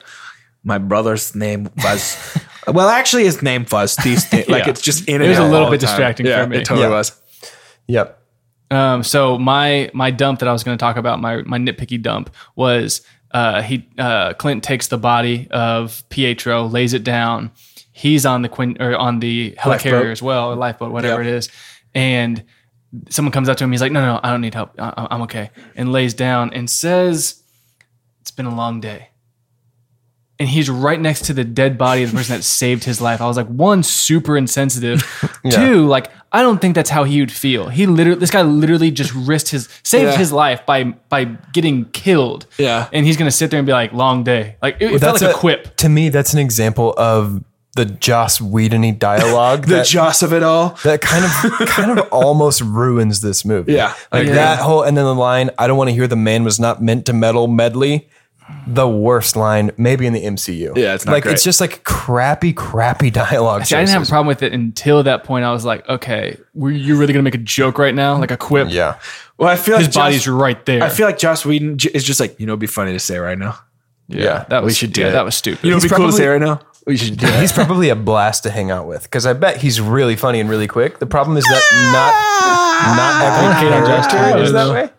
S4: my brother's name was. well, actually, his name was. These thi-" Like,
S5: Yeah.
S4: it's just
S5: It
S4: in and
S5: was a
S4: out
S5: little
S4: all
S5: bit
S4: the time.
S5: distracting
S4: yeah,
S5: for me.
S4: It totally
S6: Yeah.
S4: was.
S6: Yep.
S5: Um, so my my dump that I was going to talk about my my nitpicky dump was uh, he uh, Clint takes the body of Pietro, lays it down. He's on the quin- or on the helicarrier
S4: Lifeboat.
S5: as well, or lifeboat, whatever it is, and someone comes up to him. He's like, "No, no, I don't need help. I- I- I'm okay," and lays down and says, "It's been a long day." And he's right next to the dead body of the person that saved his life. I was like, one, super insensitive. Two, like, I don't think that's how he would feel. He literally, this guy literally just risked his, saved
S4: Yeah.
S5: his life by by getting killed.
S4: Yeah.
S5: And he's gonna sit there and be like, long day. Like, it, it felt like a, quip.
S6: To me, that's an example of the Joss Whedon dialogue.
S4: The
S6: that,
S4: Joss of it all.
S6: that kind of kind of almost ruins this movie.
S4: Yeah, I
S6: Like
S4: agree.
S6: that whole and then the line, I don't want to hear the man was not meant to meddle medley. The worst line, maybe in the MCU.
S4: Yeah, it's not
S6: like
S4: great.
S6: it's just like crappy, crappy dialogue.
S5: See, I didn't have a
S6: choices.
S5: problem with it until that point. I was like, okay, were you really gonna make a joke right now? Like a quip?
S6: Yeah.
S4: Well, I feel
S5: His
S4: like.
S5: body's
S4: Joss,
S5: right there.
S4: Mm. I feel like Joss Whedon j- is just like, you know, it'd be funny to say right now.
S6: Yeah.
S5: that was,
S4: should do
S5: yeah,
S4: it.
S5: That was stupid.
S4: You know, it'd be
S6: He's
S4: cool
S6: probably-
S4: to say right now. We should do
S6: He's probably a blast to hang out with because I bet he's really funny and really quick. The problem is
S5: Ah!
S6: that not not every character is that way.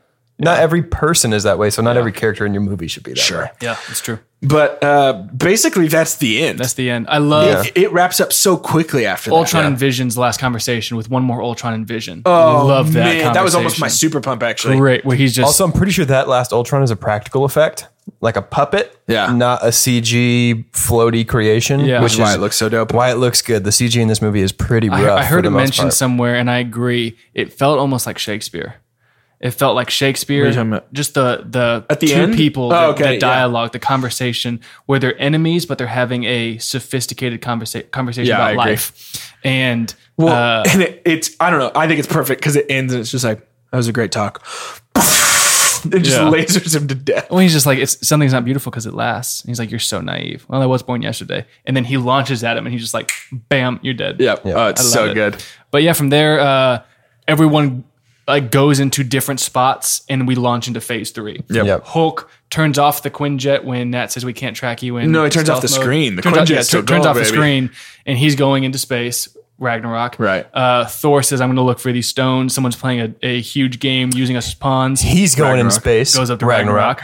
S6: Not every person is that way, so not every character in your movie should be that sure. way.
S5: yeah, it's true.
S4: But uh, basically, that's the end.
S5: That's the end. I love
S4: it, it wraps up so quickly after that.
S5: Ultron and Vision's last conversation with one more Ultron and Vision. Oh, love that.
S4: Man, that was almost my
S5: conversation.
S4: super pump, actually.
S5: great. Where he's just
S6: Also, I'm pretty sure that last Ultron is a practical effect, like a puppet,
S4: Yeah.
S6: not a CG floaty creation.
S5: Yeah.
S6: which
S5: That's
S6: is
S4: why it looks so dope.
S6: Why it looks good. The CG in this movie is pretty rough.
S5: I, I
S6: for
S5: heard
S6: the
S5: it
S6: most
S5: mentioned
S6: part.
S5: somewhere, and I agree. It felt almost like Shakespeare. It felt like Shakespeare.
S4: talking about?
S5: Just the the,
S4: At the
S5: two
S4: end?
S5: people, the,
S4: Oh, okay,
S5: the
S4: yeah.
S5: dialogue, the conversation, where they're enemies, but they're having a sophisticated conversa- conversation
S4: Yeah, I
S5: about
S4: agree.
S5: life. And
S4: Well,
S5: uh,
S4: and it, it's I don't know. I think it's perfect because it ends and it's just like that was a great talk. it just
S5: Yeah.
S4: lasers him to death.
S5: well, he's just like, it's something's not beautiful because it lasts. And he's like, you're so naive. Well, I was born yesterday, and then he launches at him, and he's just like, bam, you're dead.
S4: Yep. Oh, it's
S5: I love
S4: so
S5: it.
S4: good.
S5: But yeah, from there, uh, everyone like goes into different spots, and we launch into phase three.
S6: Yep.
S5: Hulk turns off the Quinjet when Nat says we can't track you. In
S4: No, he turns off the
S5: stealth mode.
S4: screen. The
S5: turns off-
S4: Quinjet's
S5: yeah,
S4: still
S5: turns
S4: going,
S5: off the
S4: baby.
S5: screen, and he's going into space. Ragnarok.
S4: Right.
S5: Uh, Thor says, "I'm going to look for these stones." Someone's playing a, a huge game using us as pawns.
S6: He's going into space.
S5: goes up to Ragnarok.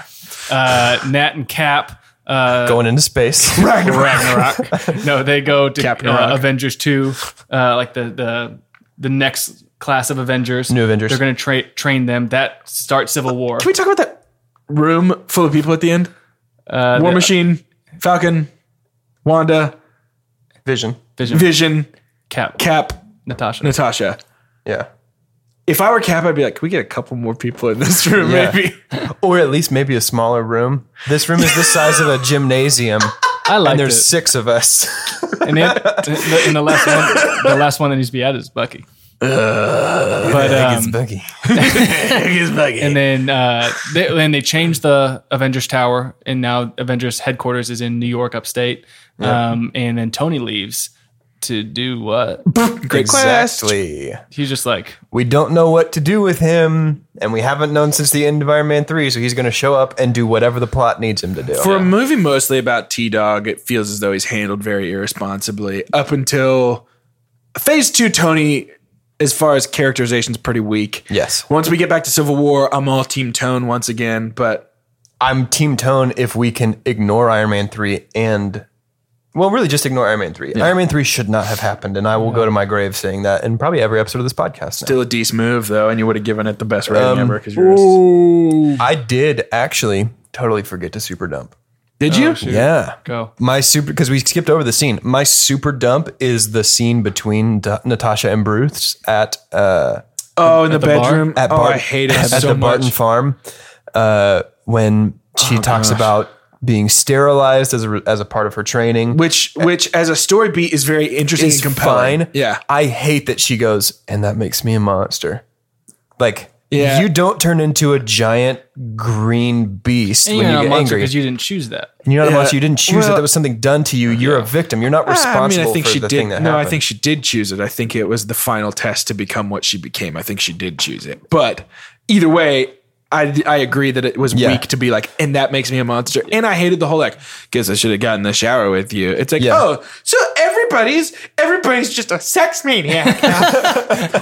S5: Uh, Nat and Cap. Uh,
S6: Going into space.
S5: Ragnarok. no, they go to
S4: Captain
S5: uh,
S4: Rock.
S5: Avengers two, uh, like the the the next class of Avengers.
S6: New Avengers.
S5: They're going to tra- train them. That starts Civil War.
S4: Can we talk about that room full of people at the end?
S5: Uh,
S4: War
S5: the-
S4: Machine, Falcon, Wanda,
S6: Vision.
S5: Vision,
S4: Vision,
S5: Cap,
S4: Cap,
S5: Natasha.
S4: Natasha.
S6: Yeah.
S4: If I were Cap, I'd be like, "Can we get a couple more people in this room,
S6: Yeah.
S4: maybe?"
S6: Or at least maybe a smaller room. This room is the size of a gymnasium.
S5: I like
S6: and
S5: it.
S6: there's six of us.
S5: And, then, and the, and the last one, the last one that needs to be added is Bucky. but um,
S3: Becky.
S5: and then uh, they, then they changed the Avengers Tower, and now Avengers headquarters is in New York, upstate. Um, and then Tony leaves to do what?
S4: Great quest.
S3: Exactly.
S5: He's just like,
S3: We don't know what to do with him, and we haven't known since the end of Iron Man 3, so he's going to show up and do whatever the plot needs him to do.
S4: For a movie mostly about T Dog, it feels as though he's handled very irresponsibly up until Phase Two. Tony, as far as characterization, is pretty weak.
S3: Yes.
S4: Once we get back to Civil War, I'm all Team Tone once again. But
S3: I'm Team Tone if we can ignore Iron Man 3 and. Well, really, just ignore Iron Man 3. Iron Man 3 should not have happened, and I will go to my grave saying that in probably every episode of this podcast. now.
S4: still a decent move though, and you would have given it the best rating
S3: Um,
S4: ever because yours.
S3: I did actually totally forget to super dump.
S4: Did
S3: Oh,
S4: you?
S3: Yeah.
S5: go.
S3: My super, because we skipped over the scene. My super dump is the scene between D- Natasha and Bruce at uh,
S4: Oh, in the,
S5: the bar?
S4: bedroom.
S3: at
S4: oh,
S3: Bart-
S4: I hate it
S3: at,
S4: so
S3: the
S4: much. Oh,
S3: Barton farm uh, when she talks about being sterilized as a, re- as a part of her training.
S4: which, which as a story beat Eh. is very interesting
S3: is
S4: and compelling.
S3: fine.
S4: Yeah.
S3: I hate that she goes, and that makes me a monster. Like,
S4: Yeah.
S3: you don't turn into a giant green beast
S5: And
S3: when
S5: you're
S3: you
S5: not a
S3: get
S5: monster
S3: angry.
S5: because you didn't choose that.
S3: and you're not
S4: Yeah.
S3: a monster. You didn't choose it.
S4: Well-
S3: That was something done to you. You're a victim. You're not responsible for
S4: she
S3: the
S4: did.
S3: thing that
S4: no,
S3: happened.
S4: I think she did choose it. I think it was the final test to become what she became. I think she did choose it. But either way, I, I agree that it was
S3: Yeah.
S4: weak to be like, and that makes me a monster. And I hated the whole like, guess I should have gotten in the shower with you. It's like,
S3: Yeah.
S4: oh, so everybody's everybody's just a sex maniac. now.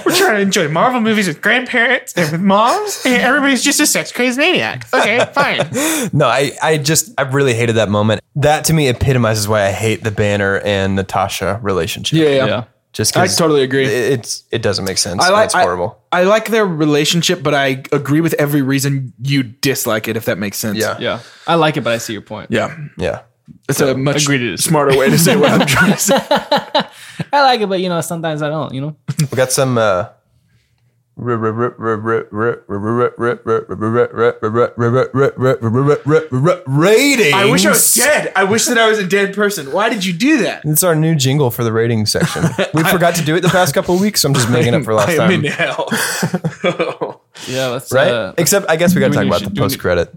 S4: We're trying to enjoy Marvel movies with grandparents and with moms, and everybody's just a sex crazed maniac. Okay, fine.
S3: No, I, I just, I really hated that moment. That to me epitomizes why I hate the Banner and Natasha relationship.
S4: Yeah,
S5: Yeah.
S3: Just
S4: I
S3: 'cause
S4: totally agree.
S3: it- It's, it doesn't make sense.
S4: I
S3: and
S4: like
S3: it's horrible.
S4: I, I like their relationship, but I agree with every reason you dislike it. If that makes sense.
S3: Yeah.
S5: Yeah, I like it, but I see your point.
S4: Yeah.
S3: yeah.
S4: It's a much
S5: agreed it is.
S4: smarter way to say what I'm trying to say.
S5: I like it, but you know, sometimes I don't. You know,
S3: We got some. Uh, ratings.
S4: I wish I was dead. I wish that I was a dead person. Why did you do that?
S3: It's our new jingle for the rating section. We forgot to do it the past couple of weeks. so I'm just making up for last
S4: I am
S3: time,
S4: in hell.
S5: yeah, that's
S3: right?
S5: Uh,
S3: Except I guess we got to
S5: we
S3: talk
S5: should-
S3: about the
S5: do we-
S3: post credit.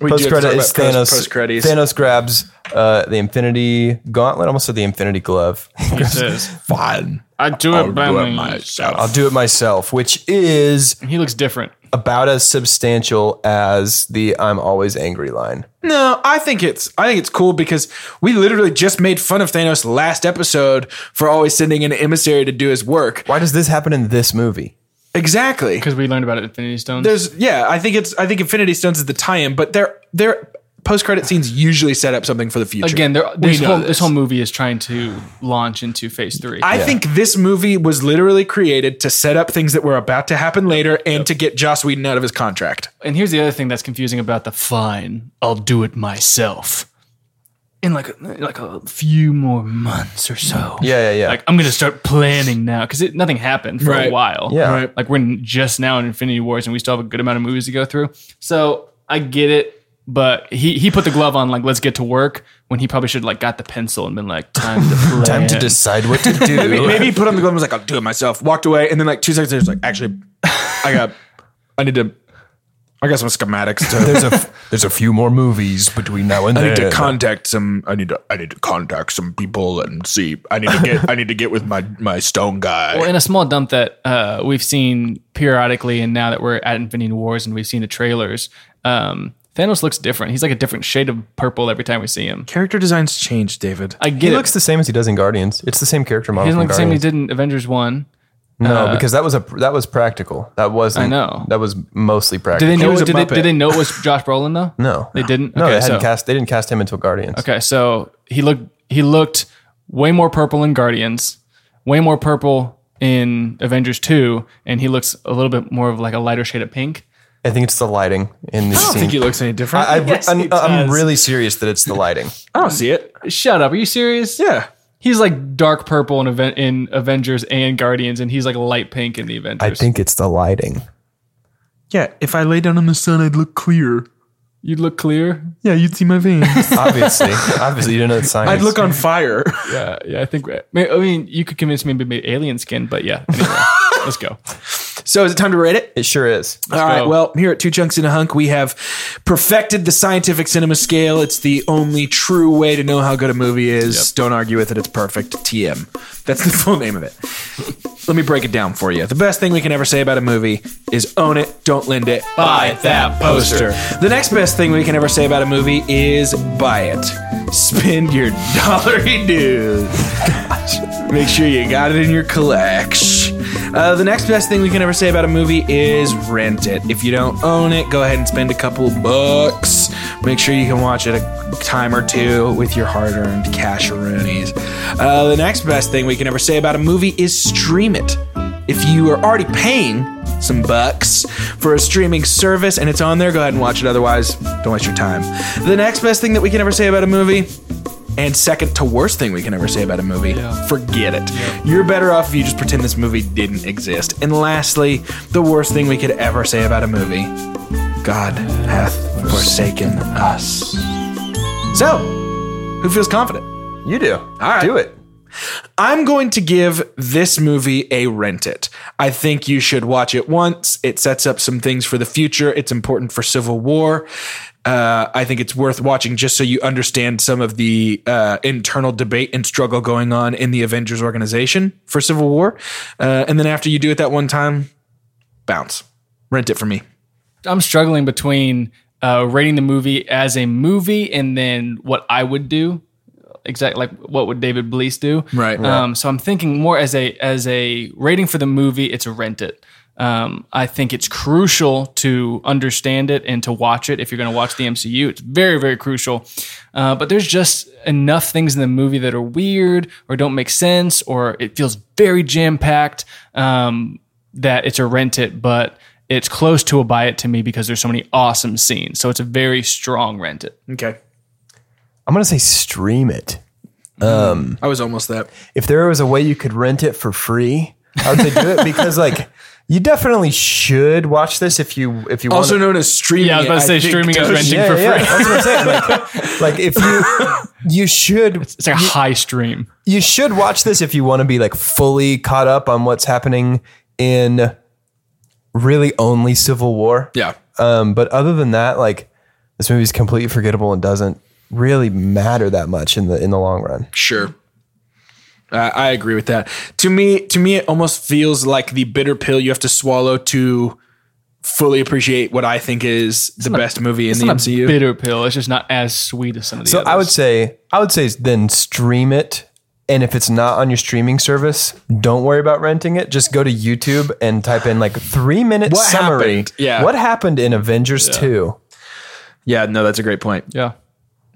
S4: We do
S3: Post
S4: have to
S3: credit
S4: talk
S3: is
S4: about
S3: Thanos.
S4: Post credits.
S3: Thanos grabs uh, the Infinity Gauntlet. I Almost said the Infinity Glove.
S5: he says,
S4: Fine.
S5: "I do it by
S4: Do it
S5: my-"
S4: myself.
S3: I'll do it myself, which is
S5: He looks different.
S3: about as substantial as the "I'm always angry" line.
S4: No, I think it's I think it's cool because we literally just made fun of Thanos last episode for always sending an emissary to do his work.
S3: Why does this happen in this movie?
S4: Exactly.
S5: Because we learned about it, Infinity Stones.
S4: there's yeah i think it's i think infinity stones is the tie-in but their their post-credit scenes usually set up something for the future
S5: Again, there,
S4: We
S5: this,
S4: know
S5: whole,
S4: this.
S5: this whole movie is trying to launch into Phase Three.
S4: I think this movie was literally created to set up things that were about to happen later and to get Joss Whedon out of his contract.
S5: And here's the other thing that's confusing about the fine, I'll do it myself. In like like a few more months or so.
S3: Yeah, yeah, yeah.
S5: Like I'm gonna start planning now because nothing happened for
S4: Right.
S5: a while.
S3: Yeah. Right.
S5: Like we're n- just now in Infinity Wars and we still have a good amount of movies to go through. So I get it, but he he put the glove on like let's get to work when he probably should like got the pencil and been like time to plan.
S3: Time to decide what to do.
S4: Maybe he put on the glove and was like, I'll do it myself. Walked away, and then like two seconds later, he's like, actually, I got I need to I got some schematics to
S3: there's a there's a few more movies between now and
S4: I
S3: then.
S4: need to contact some I need to I need to contact some people and see I need to get I need to get with my my stone guy.
S5: Well, in a small dump that uh, we've seen periodically, and now that we're at Infinity Wars and we've seen the trailers, um, Thanos looks different. He's like a different shade of purple every time we see him.
S4: Character designs changed, David.
S5: I get
S3: he
S5: it.
S3: looks the same as he does in Guardians. It's the same character model.
S5: he doesn't
S3: from
S5: look the same he
S3: Guardians.
S5: did in Avengers One.
S3: No, because that was a that was practical. That wasn't.
S5: I know.
S3: That was mostly
S5: Did
S3: practical.
S5: they
S4: He
S5: know?
S4: was a
S5: Did they,
S4: Muppet.
S5: did they know it was Josh Brolin though?
S3: no,
S5: they didn't.
S3: No,
S5: okay,
S3: they hadn't
S5: so,
S3: cast. They didn't cast him until Guardians.
S5: Okay, so he looked he looked way more purple in Guardians, way more purple in Avengers Two, and he looks a little bit more of like a lighter shade of pink.
S3: I think it's the lighting in
S4: Oh,
S3: the scene.
S4: looks any different.
S3: I, am I'm really serious that it's the lighting.
S4: I don't see it.
S5: Shut up! Are you serious?
S4: Yeah.
S5: He's like dark purple in, Aven- in Avengers and Guardians, and he's like light pink in the Avengers.
S3: I think it's the lighting.
S4: Yeah, if I lay down in the sun, I'd look clear.
S5: you'd look clear.
S4: Yeah, you'd see my veins.
S3: Obviously, obviously, you don't know the science.
S4: I'd look on fire.
S5: Yeah, yeah. I think. I mean, you could convince me maybe alien skin, but yeah. Anyway. Let's go.
S4: So is it time to rate it?
S6: It sure is.
S4: All right.
S5: go.
S4: Well, here at Two Chunks in a Hunk, we have perfected the scientific cinema scale. It's the only true way to know how good a movie is. Don't argue with it. It's perfect. TM. That's the full name of it. Let me break it down for you. The best thing we can ever say about a movie is own it, don't lend it, buy that poster. The next best thing we can ever say about a movie is buy it. Spend your dollary dues. Make sure you got it in your collection. Uh, the next best thing we can ever say about a movie is rent it. If you don't own it, go ahead and spend a couple bucks. Make sure you can watch it a time or two with your hard earned cash uh, The next best thing we can ever say about a movie is stream it. If you are already paying some bucks for a streaming service and it's on there, go ahead and watch it. Otherwise, don't waste your time. The next best thing that we can ever say about a movie and second to worst thing we can ever say about a movie, forget it. You're better off if you just pretend this movie didn't exist. And lastly, the worst thing we could ever say about a movie God hath forsaken us. So, who feels confident?
S6: You do. All
S4: right.
S6: Do it.
S4: I'm going to give this movie a rent it. I think you should watch it once. It sets up some things for the future. It's important for Civil War. Uh, I think it's worth watching just so you understand some of the uh, internal debate and struggle going on in the Avengers organization for Civil War. Uh, and then after you do it that one time, bounce. Rent it for me.
S5: I'm struggling between uh, rating the movie as a movie and then what I would do. Exactly, like what would David Blease do?
S4: Right.
S5: Um, so I'm thinking more as a as a rating for the movie. It's a rent it. Um, I think it's crucial to understand it and to watch it if you're going to watch the MCU. It's very very crucial. Uh, but there's just enough things in the movie that are weird or don't make sense or it feels very jam packed. Um, that it's a rent it, but it's close to a buy it to me because there's so many awesome scenes. So it's a very strong rent it.
S4: Okay.
S6: I'm gonna say stream it.
S4: I was almost that.
S6: if there was a way you could rent it for free, I would say do it because like you definitely should watch this if you
S5: Oh,
S6: if you want.
S4: Also known as streaming.
S5: Yeah, I was about to
S4: it,
S5: say
S4: think,
S5: streaming is
S4: does-
S5: renting
S6: yeah,
S5: for
S6: yeah,
S5: free.
S6: that's what I'm saying. Like, like if you you should
S5: It's like a high stream.
S6: you should watch this if you want to be like fully caught up on what's happening in really only Civil War.
S4: Yeah.
S6: Um, but other than that, like this movie is completely forgettable and doesn't really matter that much in the in the long run.
S4: Sure. I I agree with that. To me, to me, it almost feels like the bitter pill you have to swallow to fully appreciate what I think is the best movie in the
S5: Not
S4: MCU.
S5: a bitter pill. It's just not as sweet as some of the
S6: So
S5: others.
S6: I would say I would say then stream it. And if it's not on your streaming service, don't worry about renting it. Just go to YouTube and type in like three minute
S4: What
S6: summary.
S4: happened? Yeah.
S6: What happened in Avengers 2?
S4: yeah, no, that's a great point.
S5: yeah.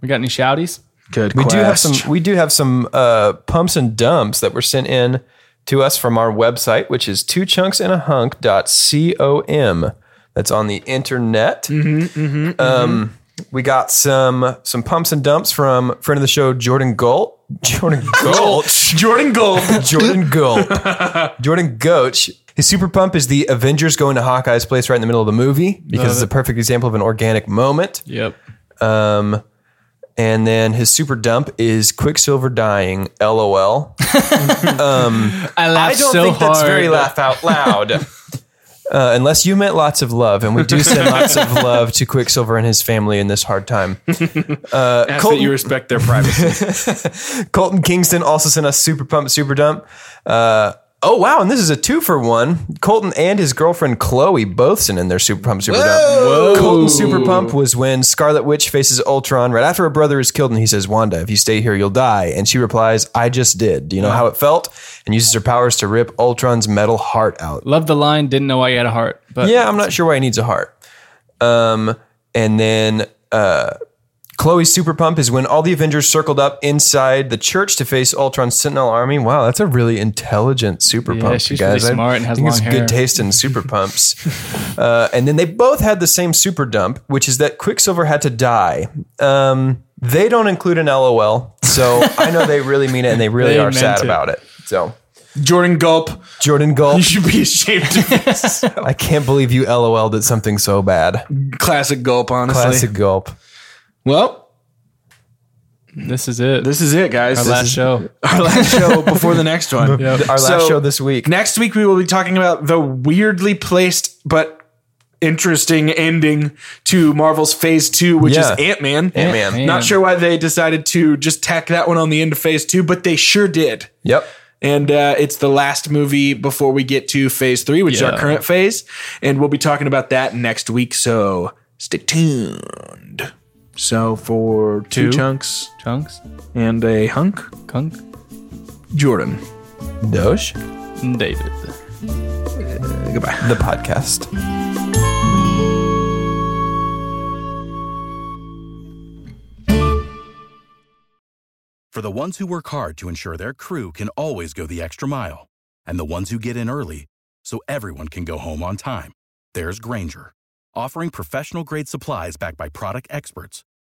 S5: We got any shouties?
S4: Good.
S6: We do have some we do have some uh, pumps and dumps that were sent in to us from our website, which is two chunks in a hunk dot com. That's on the internet. um, We got some some pumps and dumps from friend of the show Jordan Gulp. Jordan Gulp.
S4: Jordan Gold.
S6: Jordan Gulp. Jordan Goach. His super pump is the Avengers going to Hawkeye's place right in the middle of the movie because it's a perfect example of an organic moment.
S5: Yep.
S6: Um, and then his super dump is Quicksilver dying. LOL.
S5: I
S6: I
S5: laughed
S6: don't
S5: so
S6: think
S5: hard.
S6: that's very laugh out loud. uh, unless you meant lots of love, and we do send lots of love to Quicksilver and his family in this hard time. Uh,
S4: Ask that
S6: Colton-
S4: you respect their privacy.
S6: Colton Kingston also sent us super pump, super dump. Uh, oh wow, and this is a two for one. Colton and his girlfriend Chloe both sent in their super pump, super dump. Colton super pump was when Scarlet Witch faces Ultron right after her brother is killed, and he says, "Wanda, if you stay here, you'll die." And she replies, "I just did. Do you know how it felt?" And uses her powers to rip Ultron's metal heart out.
S5: Love the line. Didn't know why you had a heart. But
S6: Yeah, I'm not sure why he needs a heart. Um, and then uh, Chloe's super pump is when all the Avengers circled up inside the church to face Ultron's Sentinel Army. Wow, that's a really intelligent super
S5: Yeah,
S6: pump, you
S5: she's really
S6: guys. I
S5: smart and has
S6: think it's
S5: long hair.
S6: good taste in super pumps. uh, and then they both had the same super dump, which is that Quicksilver had to die. Um, they don't include an LOL, so I know they really mean it and they really
S5: They
S6: are
S5: meant
S6: sad
S5: it.
S6: about it. So
S4: Jordan Gulp.
S6: Jordan Gulp,
S4: You should be ashamed of this.
S6: I can't believe you LOL'd at something so bad.
S4: Classic Gulp, honestly.
S6: Classic gulp.
S4: Well,
S5: This is it.
S4: This is it, guys.
S5: our
S4: This
S5: last
S4: is Oh,
S5: show.
S4: Our last show before the next one.
S6: Our last
S4: So-
S6: show this week.
S4: Next week, we will be talking about the weirdly placed but interesting ending to Marvel's Phase 2, which
S6: Yeah.
S4: is Ant Man.
S6: Ant-Man.
S4: Not sure why they decided to just tack that one on the end of Phase 2, but they sure did.
S6: Yep.
S4: And uh, it's the last movie before we get to Phase 3, which is our
S5: Yeah.
S4: current phase. And we'll be talking about that next week. So stay tuned. So for two,
S5: Two.
S4: chunks
S5: Chunks,
S4: and a hunk,
S5: Kunk,
S4: Jordan.
S6: Doge, the
S5: and David.
S4: Goodbye.
S6: podcast.
S7: For the ones who work hard to ensure their crew can always go the extra mile, and the ones who get in early so everyone can go home on time, there's Granger, offering professional grade supplies backed by product experts